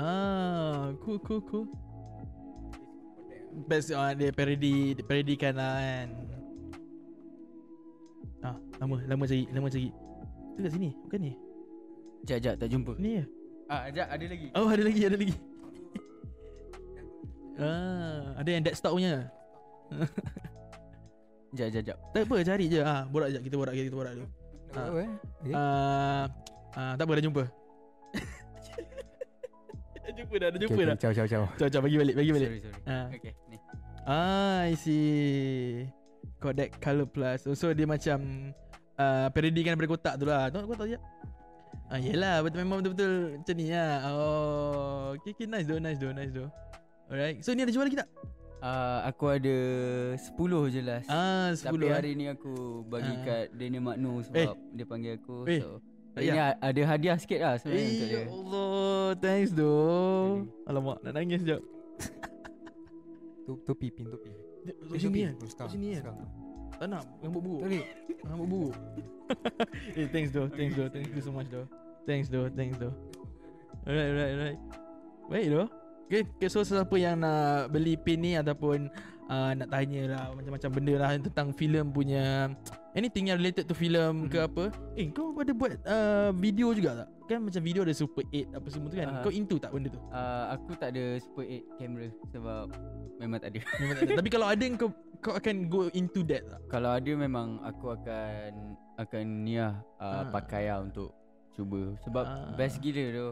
[SPEAKER 1] Ah, cool cool cool. Best ah dia parody dia parodikan lah kan. Ah, lama lama cari, lama cari. Tu kat sini, bukan ni.
[SPEAKER 2] Sekejap, sekejap, tak jumpa.
[SPEAKER 1] Ni ya.
[SPEAKER 2] Ah, sekejap, ada lagi.
[SPEAKER 1] Oh, ada lagi, ada lagi. ah, ada yang desktop punya.
[SPEAKER 2] Sekejap, sekejap, sekejap.
[SPEAKER 1] Tak apa, cari je. Ah, borak je, kita borak je, kita borak dulu.
[SPEAKER 3] Nak buat apa eh? Okay.
[SPEAKER 1] Ah, ah, tak apa dah jumpa. dah jumpa dah, dah
[SPEAKER 3] Okay,
[SPEAKER 1] jumpa
[SPEAKER 3] okay,
[SPEAKER 1] dah.
[SPEAKER 3] Ciao ciao ciao
[SPEAKER 1] Jom jom bagi balik, bagi balik.
[SPEAKER 2] Sorry, sorry.
[SPEAKER 1] Ah.
[SPEAKER 2] Okay, ni.
[SPEAKER 1] Ah, I see. Kodak Color Plus. Oh, so dia macam uh, parodikan daripada kotak tu lah. Tengok kotak je. Ah, yelah. Betul, memang betul-betul ya. macam ni lah. Oh, okay, okay. Nice though, nice though, nice though. Alright. So, ni ada jual lagi tak?
[SPEAKER 2] uh, Aku ada 10 je last
[SPEAKER 1] Ah, 10
[SPEAKER 2] Tapi
[SPEAKER 1] eh.
[SPEAKER 2] hari ni aku bagi
[SPEAKER 1] Ah.
[SPEAKER 2] kat Daniel Makno sebab dia panggil aku
[SPEAKER 1] Eh,
[SPEAKER 2] so
[SPEAKER 1] tak
[SPEAKER 2] ini a- ada hadiah sikit lah sebenarnya Ya. untuk
[SPEAKER 1] Eh,
[SPEAKER 2] dia.
[SPEAKER 1] ya Allah. Thanks doh. Alamak, nak nangis sekejap.
[SPEAKER 3] Tu- Topi pin topi
[SPEAKER 1] Tok sini kan?
[SPEAKER 3] Terus
[SPEAKER 1] Tok sini kan? Tak nak, rambut buruk.
[SPEAKER 3] Tak boleh
[SPEAKER 1] Rambut buruk. eh, thanks doh. Thanks doh. Thank you so much doh. Thanks doh. Thanks doh. Alright, alright, alright. Baik doh. Okay, okay, so sesiapa yang nak beli pin ni ataupun uh, nak tanya lah macam-macam benda lah tentang filem punya anything yang related to filem ke apa. Eh, kau ada buat uh, video juga tak? Kan macam video ada Super 8 apa semua tu kan.
[SPEAKER 2] Ah.
[SPEAKER 1] Kau into tak benda tu?
[SPEAKER 2] Uh, aku tak ada Super 8 kamera sebab memang tak ada.
[SPEAKER 1] Memang tak ada. Tapi kalau ada kau kau akan go into that tak?
[SPEAKER 2] Kalau ada memang aku akan akan ni lah uh,
[SPEAKER 1] Ah.
[SPEAKER 2] pakai lah untuk cuba sebab
[SPEAKER 1] Ah.
[SPEAKER 2] best gila tu.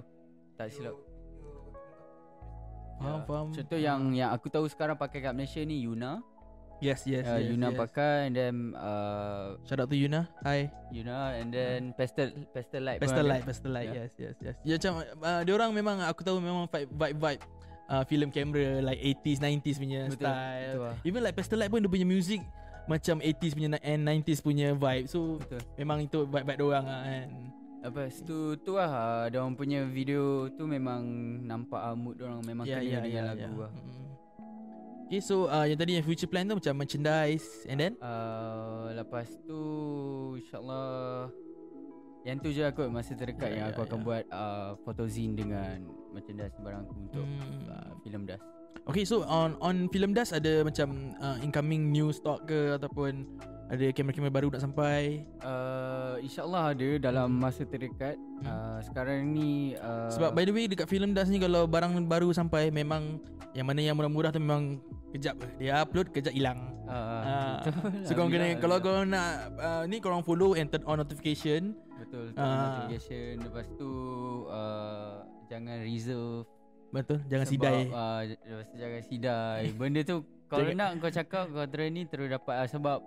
[SPEAKER 2] Tak silap.
[SPEAKER 1] Faham,
[SPEAKER 2] Ya.
[SPEAKER 1] faham.
[SPEAKER 2] Contoh yang yang aku tahu sekarang pakai kat Malaysia ni Yuna.
[SPEAKER 1] Yes, yes,
[SPEAKER 2] uh,
[SPEAKER 1] yes.
[SPEAKER 2] Yuna
[SPEAKER 1] yes.
[SPEAKER 2] pakai and then uh,
[SPEAKER 1] Shout out to Yuna. Hi.
[SPEAKER 2] Yuna and then pastel pastel light. pun
[SPEAKER 1] Pastel
[SPEAKER 2] ada.
[SPEAKER 1] Light, Pastel Light.
[SPEAKER 2] Ya.
[SPEAKER 1] Yes, yes, yes. Ya macam uh, diorang memang aku tahu memang vibe vibe, vibe uh, filem kamera like 80s 90s punya
[SPEAKER 2] Betul.
[SPEAKER 1] style.
[SPEAKER 2] Betul lah.
[SPEAKER 1] Even like Pastel Light pun dia punya music macam 80s punya na- and 90s punya vibe. So
[SPEAKER 2] Betul.
[SPEAKER 1] memang itu vibe-vibe diorang lah kan.
[SPEAKER 2] Lepas tu tu lah ah, dia orang punya video tu memang nampak ah, mood dia orang memang
[SPEAKER 1] ya,
[SPEAKER 2] yeah, kena yeah, dengan yeah, lagu yeah. lah.
[SPEAKER 1] Mm. Okay so uh, yang tadi yang future plan tu macam merchandise and then
[SPEAKER 2] Uh, lepas tu insyaallah yang tu je aku masa
[SPEAKER 1] Ya,
[SPEAKER 2] terdekat yeah, yang
[SPEAKER 1] ya,
[SPEAKER 2] aku akan
[SPEAKER 1] ya.
[SPEAKER 2] buat uh, photozine dengan merchandise barang aku untuk
[SPEAKER 1] Hmm.
[SPEAKER 2] mm. uh, filem das.
[SPEAKER 1] Okay so on on Film Dust ada macam uh, incoming new stock ke ataupun ada kamera-kamera baru nak sampai
[SPEAKER 2] Uh, insyaallah ada dalam
[SPEAKER 1] Hmm.
[SPEAKER 2] masa terdekat.
[SPEAKER 1] Hmm.
[SPEAKER 2] Uh, sekarang ni uh,
[SPEAKER 1] sebab by the way dekat Film Dust ni kalau barang baru sampai memang yang mana yang murah-murah tu memang kejap je. dia upload kejap hilang.
[SPEAKER 2] uh,
[SPEAKER 1] Ah.
[SPEAKER 2] betul.
[SPEAKER 1] So korang kena
[SPEAKER 2] Alhamdulillah,
[SPEAKER 1] kalau
[SPEAKER 2] alhamdulillah.
[SPEAKER 1] korang nak uh, ni korang follow and turn on notification.
[SPEAKER 2] betul
[SPEAKER 1] Ah.
[SPEAKER 2] uh, notification lepas tu uh, jangan reserve
[SPEAKER 1] Betul jangan
[SPEAKER 2] Sebab,
[SPEAKER 1] sidai.
[SPEAKER 2] ah, j- Lepas tu jangan sidai Benda tu Kalau
[SPEAKER 1] Jangan-
[SPEAKER 2] nak kau cakap Kau terus ni Terus dapat lah Sebab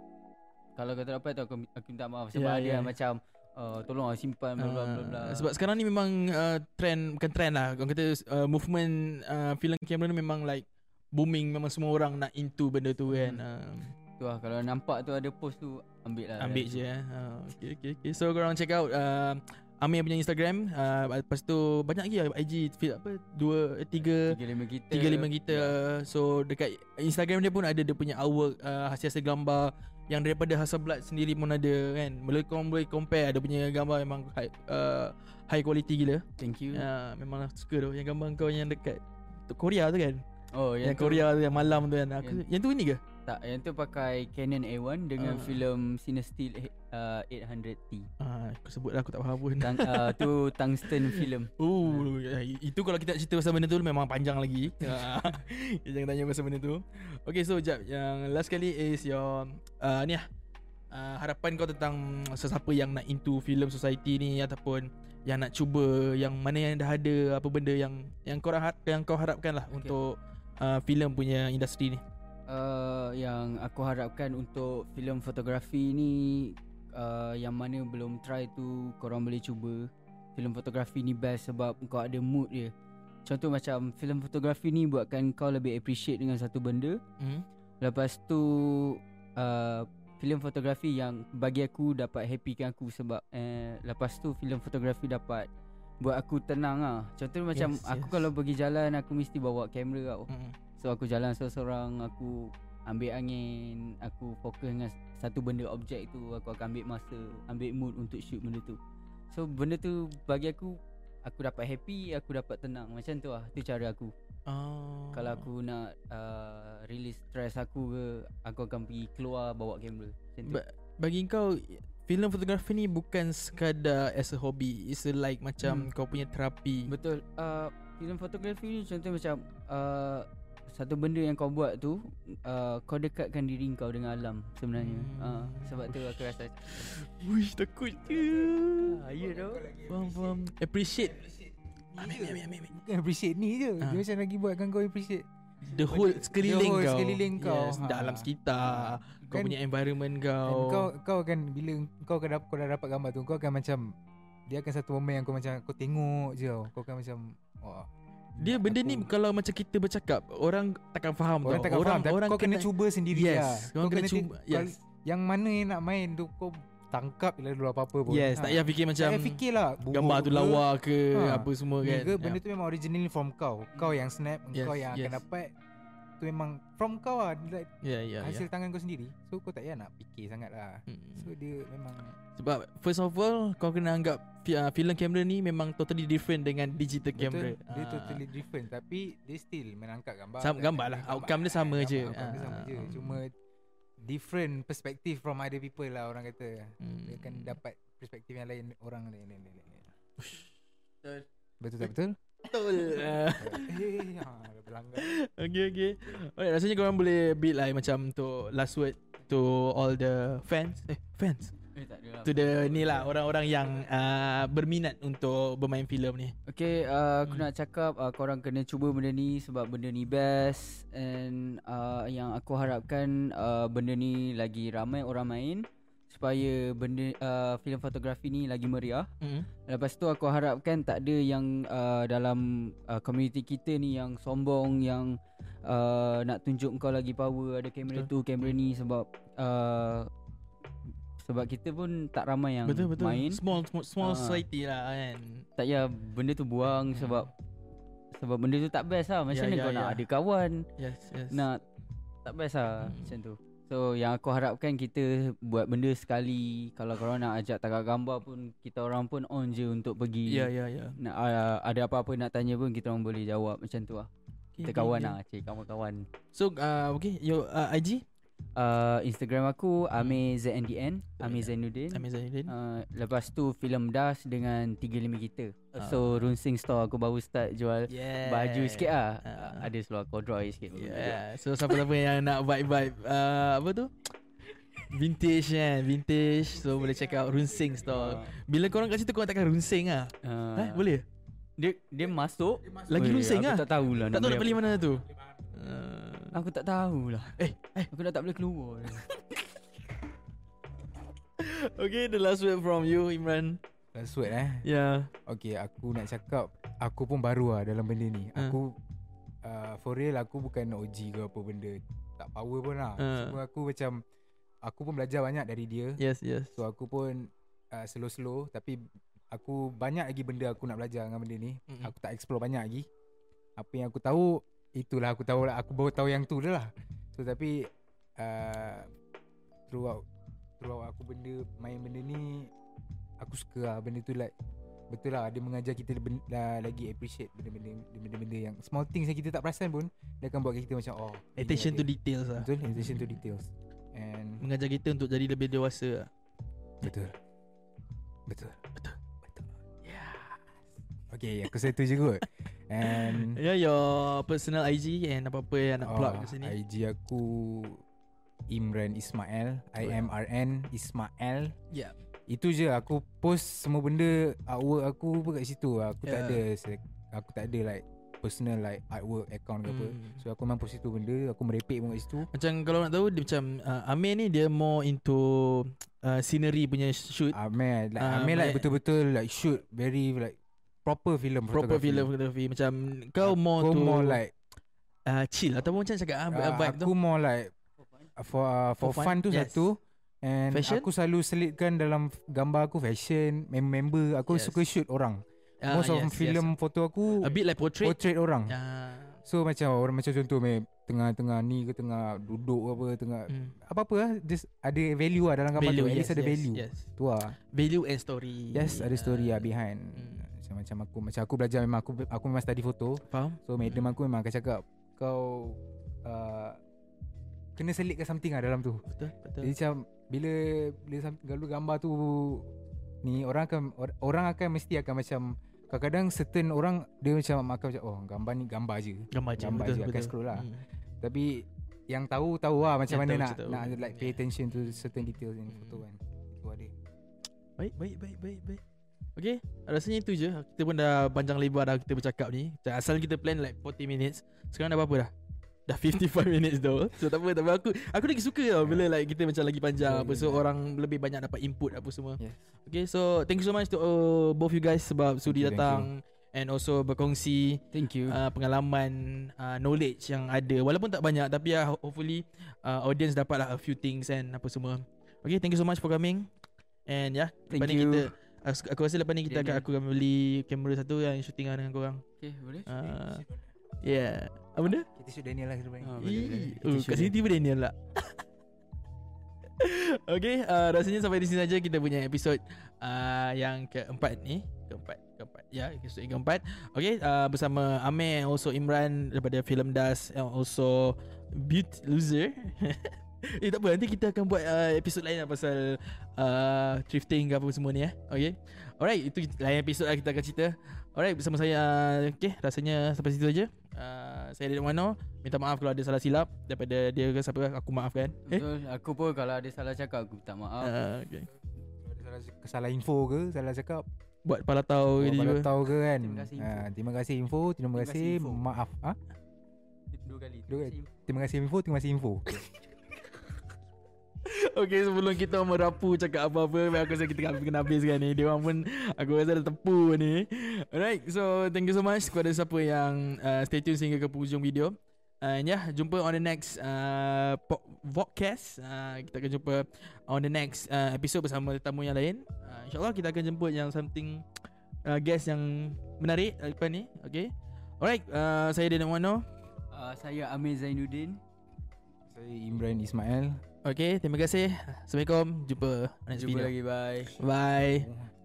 [SPEAKER 2] Kalau kau tak dapat tu Aku, aku minta maaf
[SPEAKER 1] Ya,
[SPEAKER 2] Sebab yeah, ada
[SPEAKER 1] ya.
[SPEAKER 2] yang macam uh, Tolong lah simpan bla bla bla bla
[SPEAKER 1] Ah, sebab sekarang ni memang uh, trend bukan trend lah orang kata uh, movement uh, film kamera ni memang like booming memang semua orang nak into benda
[SPEAKER 2] Hmm.
[SPEAKER 1] tu kan. Ah.
[SPEAKER 2] Tu lah Kalau nampak tu ada post tu Ambil lah
[SPEAKER 1] Ambil je eh. Ha, okay, okay, okay. So korang check out uh, Amir punya Instagram uh, Lepas tu Banyak lagi lah IG feed apa Dua eh, Tiga
[SPEAKER 2] Tiga lima kita
[SPEAKER 1] Tiga lima ya. kita So dekat Instagram dia pun ada Dia punya artwork uh, Hasil-hasil gambar Yang daripada Hasselblad sendiri pun ada kan Boleh korang boleh compare Ada punya gambar memang high, uh, high quality gila
[SPEAKER 2] Thank you
[SPEAKER 1] uh, Memang aku suka tu Yang gambar kau yang dekat tu Korea tu kan
[SPEAKER 2] Oh
[SPEAKER 1] Yang,
[SPEAKER 2] yang, tu,
[SPEAKER 1] Korea tu yang malam tu kan aku, yang, yang tu ini ke?
[SPEAKER 2] Tak yang tu pakai Canon A1 Dengan
[SPEAKER 1] Ah.
[SPEAKER 2] filem Cinestill uh, 800T
[SPEAKER 1] Ah, aku sebut lah aku tak faham pun
[SPEAKER 2] Tang, uh, Tu tungsten film
[SPEAKER 1] Oh, ya, i- itu kalau kita nak cerita pasal benda tu memang panjang lagi. Ah, Kita jangan tanya pasal benda tu. Okay, so jap yang last kali is your uh, ni lah. Uh, harapan kau tentang sesiapa yang nak into film society ni ataupun yang nak cuba yang mana yang dah ada apa benda yang yang kau harap yang kau harapkan lah
[SPEAKER 2] Okay.
[SPEAKER 1] untuk uh, film punya industri ni.
[SPEAKER 2] uh, yang aku harapkan untuk filem fotografi ni uh, yang mana belum try tu korang boleh cuba. Filem fotografi ni best sebab kau ada mood dia. Contoh macam filem fotografi ni buatkan kau lebih appreciate dengan satu benda.
[SPEAKER 1] Hmm.
[SPEAKER 2] Lepas tu uh, filem fotografi yang bagi aku dapat happykan aku sebab eh, lepas tu filem fotografi dapat buat aku tenang ah. Contoh macam
[SPEAKER 1] Yes,
[SPEAKER 2] aku
[SPEAKER 1] yes.
[SPEAKER 2] kalau pergi jalan aku mesti bawa kamera tau.
[SPEAKER 1] Hmm.
[SPEAKER 2] So aku jalan seorang-seorang Aku ambil angin Aku fokus dengan satu benda objek tu Aku akan ambil masa Ambil mood untuk shoot benda tu So benda tu bagi aku Aku dapat happy Aku dapat tenang Macam tu lah Tu cara aku
[SPEAKER 1] Oh.
[SPEAKER 2] Kalau aku nak uh, Release stress aku ke Aku akan pergi keluar Bawa kamera Macam tu
[SPEAKER 1] Ba- bagi kau filem fotografi ni bukan sekadar as a hobby. It's a like macam kau punya terapi.
[SPEAKER 2] Betul uh, Film fotografi ni contoh macam uh, Satu benda yang kau buat tu uh, Kau dekatkan diri kau dengan alam Sebenarnya
[SPEAKER 1] Hmm.
[SPEAKER 2] uh, Sebab tu aku rasa
[SPEAKER 1] Wish takut je
[SPEAKER 2] Ah, ya tu.
[SPEAKER 1] Faham faham Appreciate Ambil ambil ambil ambil.
[SPEAKER 3] Bukan appreciate ni je
[SPEAKER 1] Ah.
[SPEAKER 3] Dia macam lagi buatkan kau appreciate
[SPEAKER 1] The whole sekeliling
[SPEAKER 3] whole
[SPEAKER 1] kau
[SPEAKER 3] sekeliling kau.
[SPEAKER 1] yes,
[SPEAKER 3] Ha.
[SPEAKER 1] Dalam sekitar Kau
[SPEAKER 3] Kan-
[SPEAKER 1] punya environment kau
[SPEAKER 3] oh. kau kau akan Bila kau, akan, dap- kau dah dapat gambar tu Kau akan macam Dia akan satu momen yang kau macam Kau tengok je tau Kau akan macam Wah
[SPEAKER 1] Dia benda ni
[SPEAKER 3] Aku-
[SPEAKER 1] kalau macam kita bercakap orang takkan faham
[SPEAKER 3] Orang
[SPEAKER 1] tau.
[SPEAKER 3] takkan faham Tapi orang kau kena, cuba sendiri
[SPEAKER 1] Yes,
[SPEAKER 3] lah
[SPEAKER 1] kau kena cuba.
[SPEAKER 3] kau-
[SPEAKER 1] Yes.
[SPEAKER 3] Yang mana yang nak main tu Kau tangkap Bila dulu apa-apa pun Ha.
[SPEAKER 1] Yes, tak payah fikir
[SPEAKER 3] Tak
[SPEAKER 1] macam
[SPEAKER 3] payah fikir lah
[SPEAKER 1] gambar tu lawa ke
[SPEAKER 3] Ha.
[SPEAKER 1] apa semua kan.
[SPEAKER 3] Juga benda tu memang originally from kau Kau yang snap
[SPEAKER 1] Yes,
[SPEAKER 3] Kau yang akan
[SPEAKER 1] yes.
[SPEAKER 3] dapat Tu memang from kau lah like,
[SPEAKER 1] Ya ya ya.
[SPEAKER 3] Hasil tangan kau sendiri So kau tak payah nak fikir sangat lah
[SPEAKER 1] Hmm.
[SPEAKER 3] So dia memang
[SPEAKER 1] Sebab first of all kau kena anggap fi- ah, film kamera ni memang totally different dengan digital
[SPEAKER 3] Betul
[SPEAKER 1] camera.
[SPEAKER 3] Dia
[SPEAKER 1] Ah.
[SPEAKER 3] totally different Tapi dia still menangkap gambar
[SPEAKER 1] Sama- gambar lah.
[SPEAKER 3] Menangkap
[SPEAKER 1] Outcome dia sama
[SPEAKER 3] Gambar-
[SPEAKER 1] je.
[SPEAKER 3] Outcome dia sama
[SPEAKER 1] Ah.
[SPEAKER 3] je Cuma Different perspective from other people lah orang kata
[SPEAKER 1] Hmm.
[SPEAKER 3] Dia kan akan dapat perspektif yang lain Orang lain lain lain, lain.
[SPEAKER 1] Betul.
[SPEAKER 3] Betul tak betul?
[SPEAKER 1] Betul. Ah.
[SPEAKER 3] Eh, eh, ha, berlanggar.
[SPEAKER 1] Okay okay Alright rasanya korang boleh Beat lah macam Untuk last word To all the fans Eh fans
[SPEAKER 2] Eh, tak ada lah.
[SPEAKER 1] To the ni lah Orang-orang yang uh, Berminat untuk Bermain filem ni
[SPEAKER 2] Okay, uh, aku
[SPEAKER 1] Hmm.
[SPEAKER 2] nak cakap uh, korang kena cuba benda ni sebab benda ni best and uh, yang aku harapkan uh, benda ni lagi ramai orang main supaya benda uh, filem fotografi ni lagi meriah.
[SPEAKER 1] mm.
[SPEAKER 2] Lepas tu aku harapkan tak ada yang uh, dalam uh, community kita ni yang sombong yang uh, nak tunjuk kau lagi power ada kamera tu, kamera ni sebab uh, sebab kita pun tak ramai yang
[SPEAKER 1] Betul betul
[SPEAKER 2] main
[SPEAKER 1] Small small, small
[SPEAKER 2] Ah.
[SPEAKER 1] society lah kan
[SPEAKER 2] tak payah benda tu buang
[SPEAKER 1] Hmm.
[SPEAKER 2] sebab sebab benda tu tak best lah macam
[SPEAKER 1] Ya,
[SPEAKER 2] mana
[SPEAKER 1] ya,
[SPEAKER 2] kau nak
[SPEAKER 1] ya.
[SPEAKER 2] ada kawan
[SPEAKER 1] Yes yes
[SPEAKER 2] nak tak best lah
[SPEAKER 1] Hmm.
[SPEAKER 2] macam tu so yang aku harapkan kita buat benda sekali kalau korang nak ajak tangkap gambar pun kita orang pun on je untuk pergi
[SPEAKER 1] Ya ya ya
[SPEAKER 2] nak uh, ada apa-apa nak tanya pun kita orang boleh jawab macam tu lah
[SPEAKER 1] Ya,
[SPEAKER 2] kita kawan lah cik kawan-kawan
[SPEAKER 1] So uh, okay Your uh, IG
[SPEAKER 2] uh, Instagram aku Amir ZNDN Amir
[SPEAKER 1] Ya.
[SPEAKER 2] Zainuddin
[SPEAKER 1] Amir Zainuddin
[SPEAKER 2] Uh, lepas tu filem Das dengan 35 kita.
[SPEAKER 1] Ah.
[SPEAKER 2] Uh. So Runsing Store aku baru start jual
[SPEAKER 1] Yeah
[SPEAKER 2] baju sikit lah
[SPEAKER 1] Ah.
[SPEAKER 2] uh, Ada seluar corduroy sikit pun boleh.
[SPEAKER 1] Yeah Ya, So siapa-siapa yang nak vibe-vibe uh, Apa tu Vintage kan Vintage So boleh check out Runsing store Bila korang kat situ Korang takkan runsing lah
[SPEAKER 2] Ah.
[SPEAKER 1] Eh boleh
[SPEAKER 2] Dia dia masuk
[SPEAKER 1] Lagi
[SPEAKER 2] Weh,
[SPEAKER 1] runsing
[SPEAKER 2] Aku
[SPEAKER 1] lah
[SPEAKER 2] tak tahulah
[SPEAKER 1] Tak tahu nak pilih
[SPEAKER 2] apa. Ah.
[SPEAKER 1] mana tu uh,
[SPEAKER 2] Aku tak tahulah
[SPEAKER 1] Eh, eh.
[SPEAKER 2] Aku dah tak boleh keluar
[SPEAKER 1] Okay the last word from you Imran
[SPEAKER 3] Last word eh
[SPEAKER 1] Yeah
[SPEAKER 3] Okay aku nak cakap Aku pun baru lah dalam benda ni
[SPEAKER 1] Ah.
[SPEAKER 3] Aku uh, For real aku bukan OG ke apa benda Tak power pun lah
[SPEAKER 1] Ah.
[SPEAKER 3] Cuma aku macam Aku pun belajar banyak dari dia
[SPEAKER 1] Yes yes
[SPEAKER 3] So aku pun uh, Slow-slow Tapi Aku banyak lagi benda aku nak belajar dengan benda ni
[SPEAKER 1] Mm-mm.
[SPEAKER 3] Aku tak explore banyak lagi Apa yang aku tahu Itulah aku tahu lah Aku baru tahu yang tu je lah So tapi uh, Throughout Throughout aku benda Main benda ni Aku suka lah benda tu like Betul lah Dia mengajar kita ben, lah, Lagi appreciate Benda-benda Benda-benda yang Small things yang kita tak perasan pun Dia akan buat kita macam Oh ini
[SPEAKER 1] Attention
[SPEAKER 3] ada.
[SPEAKER 1] to details lah
[SPEAKER 3] Betul Attention to details And
[SPEAKER 1] Mengajar kita untuk jadi lebih dewasa lah.
[SPEAKER 3] Betul Betul Betul Betul Yeah Okay aku setuju kot And
[SPEAKER 1] Yeah Ya, your personal IG And apa-apa yang nak plug
[SPEAKER 3] ah,
[SPEAKER 1] kat sini
[SPEAKER 3] IG aku Imran Ismail
[SPEAKER 1] Oh, ya.
[SPEAKER 3] IMRN Ismail
[SPEAKER 1] Yeah
[SPEAKER 3] Itu je aku post semua benda Artwork aku pun kat situ Aku
[SPEAKER 1] Yeah.
[SPEAKER 3] tak ada se- Aku tak ada like Personal like artwork account ke apa
[SPEAKER 1] Hmm.
[SPEAKER 3] So aku memang post situ benda Aku merepek pun kat situ
[SPEAKER 1] Macam kalau nak tahu dia macam uh, Amir ni dia more into uh, scenery punya shoot
[SPEAKER 3] Amel like,
[SPEAKER 1] Ah,
[SPEAKER 3] Amel like
[SPEAKER 1] but-
[SPEAKER 3] betul-betul like shoot Very like Proper film
[SPEAKER 1] proper film photography macam kau more
[SPEAKER 3] Kau
[SPEAKER 1] to
[SPEAKER 3] more like
[SPEAKER 1] uh, chill ataupun macam cakap ah,
[SPEAKER 3] Ah,
[SPEAKER 1] uh, vibe tu
[SPEAKER 3] aku more like uh, for uh, for,
[SPEAKER 1] For
[SPEAKER 3] for
[SPEAKER 1] fun,
[SPEAKER 3] fun, tu
[SPEAKER 1] yes.
[SPEAKER 3] satu and
[SPEAKER 1] Fashion?
[SPEAKER 3] aku selalu selitkan dalam f- gambar aku fashion mem- member aku
[SPEAKER 1] Yes.
[SPEAKER 3] suka shoot orang
[SPEAKER 1] Ah,
[SPEAKER 3] most of film foto aku
[SPEAKER 1] a bit like portrait
[SPEAKER 3] portrait orang
[SPEAKER 1] Ah,
[SPEAKER 3] so macam orang macam contoh meh tengah-tengah ni ke tengah duduk ke apa tengah
[SPEAKER 1] mm.
[SPEAKER 3] apa-apa lah just ada value lah dalam gambar tu at least ada value
[SPEAKER 1] yes.
[SPEAKER 3] tu lah
[SPEAKER 1] value and story
[SPEAKER 3] yes ada
[SPEAKER 1] Ah,
[SPEAKER 3] story lah behind
[SPEAKER 1] mm.
[SPEAKER 3] macam macam aku macam aku belajar memang aku aku memang study foto
[SPEAKER 1] faham
[SPEAKER 3] So madam aku memang akan cakap Kau uh, Kena selitkan something lah dalam tu
[SPEAKER 1] betul betul
[SPEAKER 3] Jadi macam Bila Bila sam- kalau gambar tu Ni orang akan or- Orang akan mesti akan macam Kadang-kadang certain orang Dia macam akan macam Oh gambar ni gambar je
[SPEAKER 1] gambar je
[SPEAKER 3] gambar
[SPEAKER 1] betul
[SPEAKER 3] je, akan
[SPEAKER 1] betul
[SPEAKER 3] scroll lah.
[SPEAKER 1] Mm.
[SPEAKER 3] Tapi Yang tahu tahu lah macam
[SPEAKER 1] Yang
[SPEAKER 3] mana
[SPEAKER 1] tahu
[SPEAKER 3] nak
[SPEAKER 1] je tahu.
[SPEAKER 3] Nak like pay
[SPEAKER 1] Yeah.
[SPEAKER 3] attention to certain details in photo
[SPEAKER 1] Hmm.
[SPEAKER 3] kan Tu ada
[SPEAKER 1] baik baik baik baik baik Okay Rasanya itu je Kita pun dah panjang lebar dah Kita bercakap ni Macam Asal kita plan like 40 minutes Sekarang dah berapa dah? Dah 55 minutes though So tak apa, tak apa Aku, aku lagi suka tau Bila like kita macam lagi panjang
[SPEAKER 3] Yeah,
[SPEAKER 1] apa
[SPEAKER 3] yeah,
[SPEAKER 1] So
[SPEAKER 3] yeah.
[SPEAKER 1] orang lebih banyak dapat input apa semua
[SPEAKER 3] Yes.
[SPEAKER 1] Okay so Thank you so much to uh, both you guys Sebab sudi
[SPEAKER 3] you, thank
[SPEAKER 1] datang and also berkongsi
[SPEAKER 2] Thank you.
[SPEAKER 1] uh, pengalaman uh, knowledge yang ada walaupun tak banyak tapi uh, hopefully uh, audience dapatlah a few things and apa semua. Okay, thank you so much for coming. And yeah,
[SPEAKER 2] Thank
[SPEAKER 1] lepas ni
[SPEAKER 2] you.
[SPEAKER 1] kita aku, aku rasa lepas ni kita akan
[SPEAKER 2] Jadi-
[SPEAKER 1] aku akan beli kamera satu yang shooting dengan korang.
[SPEAKER 2] Okay, boleh?
[SPEAKER 1] Uh, yeah. Apa benda?
[SPEAKER 3] Kita shoot Daniel lah sebenarnya.
[SPEAKER 2] Ah, boleh, boleh.
[SPEAKER 1] Ih,
[SPEAKER 2] Kita
[SPEAKER 1] oh,
[SPEAKER 2] shoot
[SPEAKER 1] kat sini
[SPEAKER 2] dia.
[SPEAKER 1] tiba Daniel pula Okay uh, Rasanya sampai di sini saja Kita punya episod uh, Yang keempat ni Keempat Keempat Ya episod yang keempat Okay uh, Bersama Amir And also Imran Daripada Film Das And also Beaut Loser Eh tak apa Nanti kita akan buat uh, episod lain lah Pasal uh, Thrifting ke apa semua ni eh Okay Alright Itu kita- lain episod lah kita akan cerita Alright bersama saya uh, Okay rasanya sampai situ saja uh, Saya Daniel Mano Minta maaf kalau ada salah silap Daripada dia ke siapa Aku maafkan Eh
[SPEAKER 2] Betul. Aku pun kalau ada salah cakap aku minta maaf.
[SPEAKER 1] uh, okay.
[SPEAKER 3] Kalau ada salah, salah info ke, salah cakap,
[SPEAKER 1] Buat palatau
[SPEAKER 3] orang pada
[SPEAKER 1] tiba-tiba
[SPEAKER 3] tahu ke kan.
[SPEAKER 2] Terima kasih info.
[SPEAKER 3] Ah, terima
[SPEAKER 2] Terima
[SPEAKER 3] kasih info, terima kasih
[SPEAKER 2] kasih info.
[SPEAKER 3] maaf. Ah,
[SPEAKER 2] Dua kali.
[SPEAKER 3] Dua kali. terima kasih info, terima kasih info.
[SPEAKER 1] Okay sebelum kita merapu Cakap apa-apa memang Aku rasa kita akan kena habiskan ni Dia orang pun Aku rasa dah tepu ni Alright So thank you so much Kepada siapa yang uh, Stay tune sehingga ke penghujung video And yeah Jumpa on the next uh, po- Vodcast uh, Kita akan jumpa On the next uh, episode Bersama tetamu yang lain uh, InsyaAllah kita akan jemput Yang something uh, Guest yang Menarik uh, Lepas ni Okay Alright uh, Saya Daniel Wano
[SPEAKER 2] Uh, saya Amir Zainuddin.
[SPEAKER 3] Saya Imran Ismail.
[SPEAKER 1] Okay terima kasih Assalamualaikum Jumpa on next
[SPEAKER 2] Jumpa
[SPEAKER 1] video
[SPEAKER 2] lagi bye.
[SPEAKER 1] Bye
[SPEAKER 3] Oh.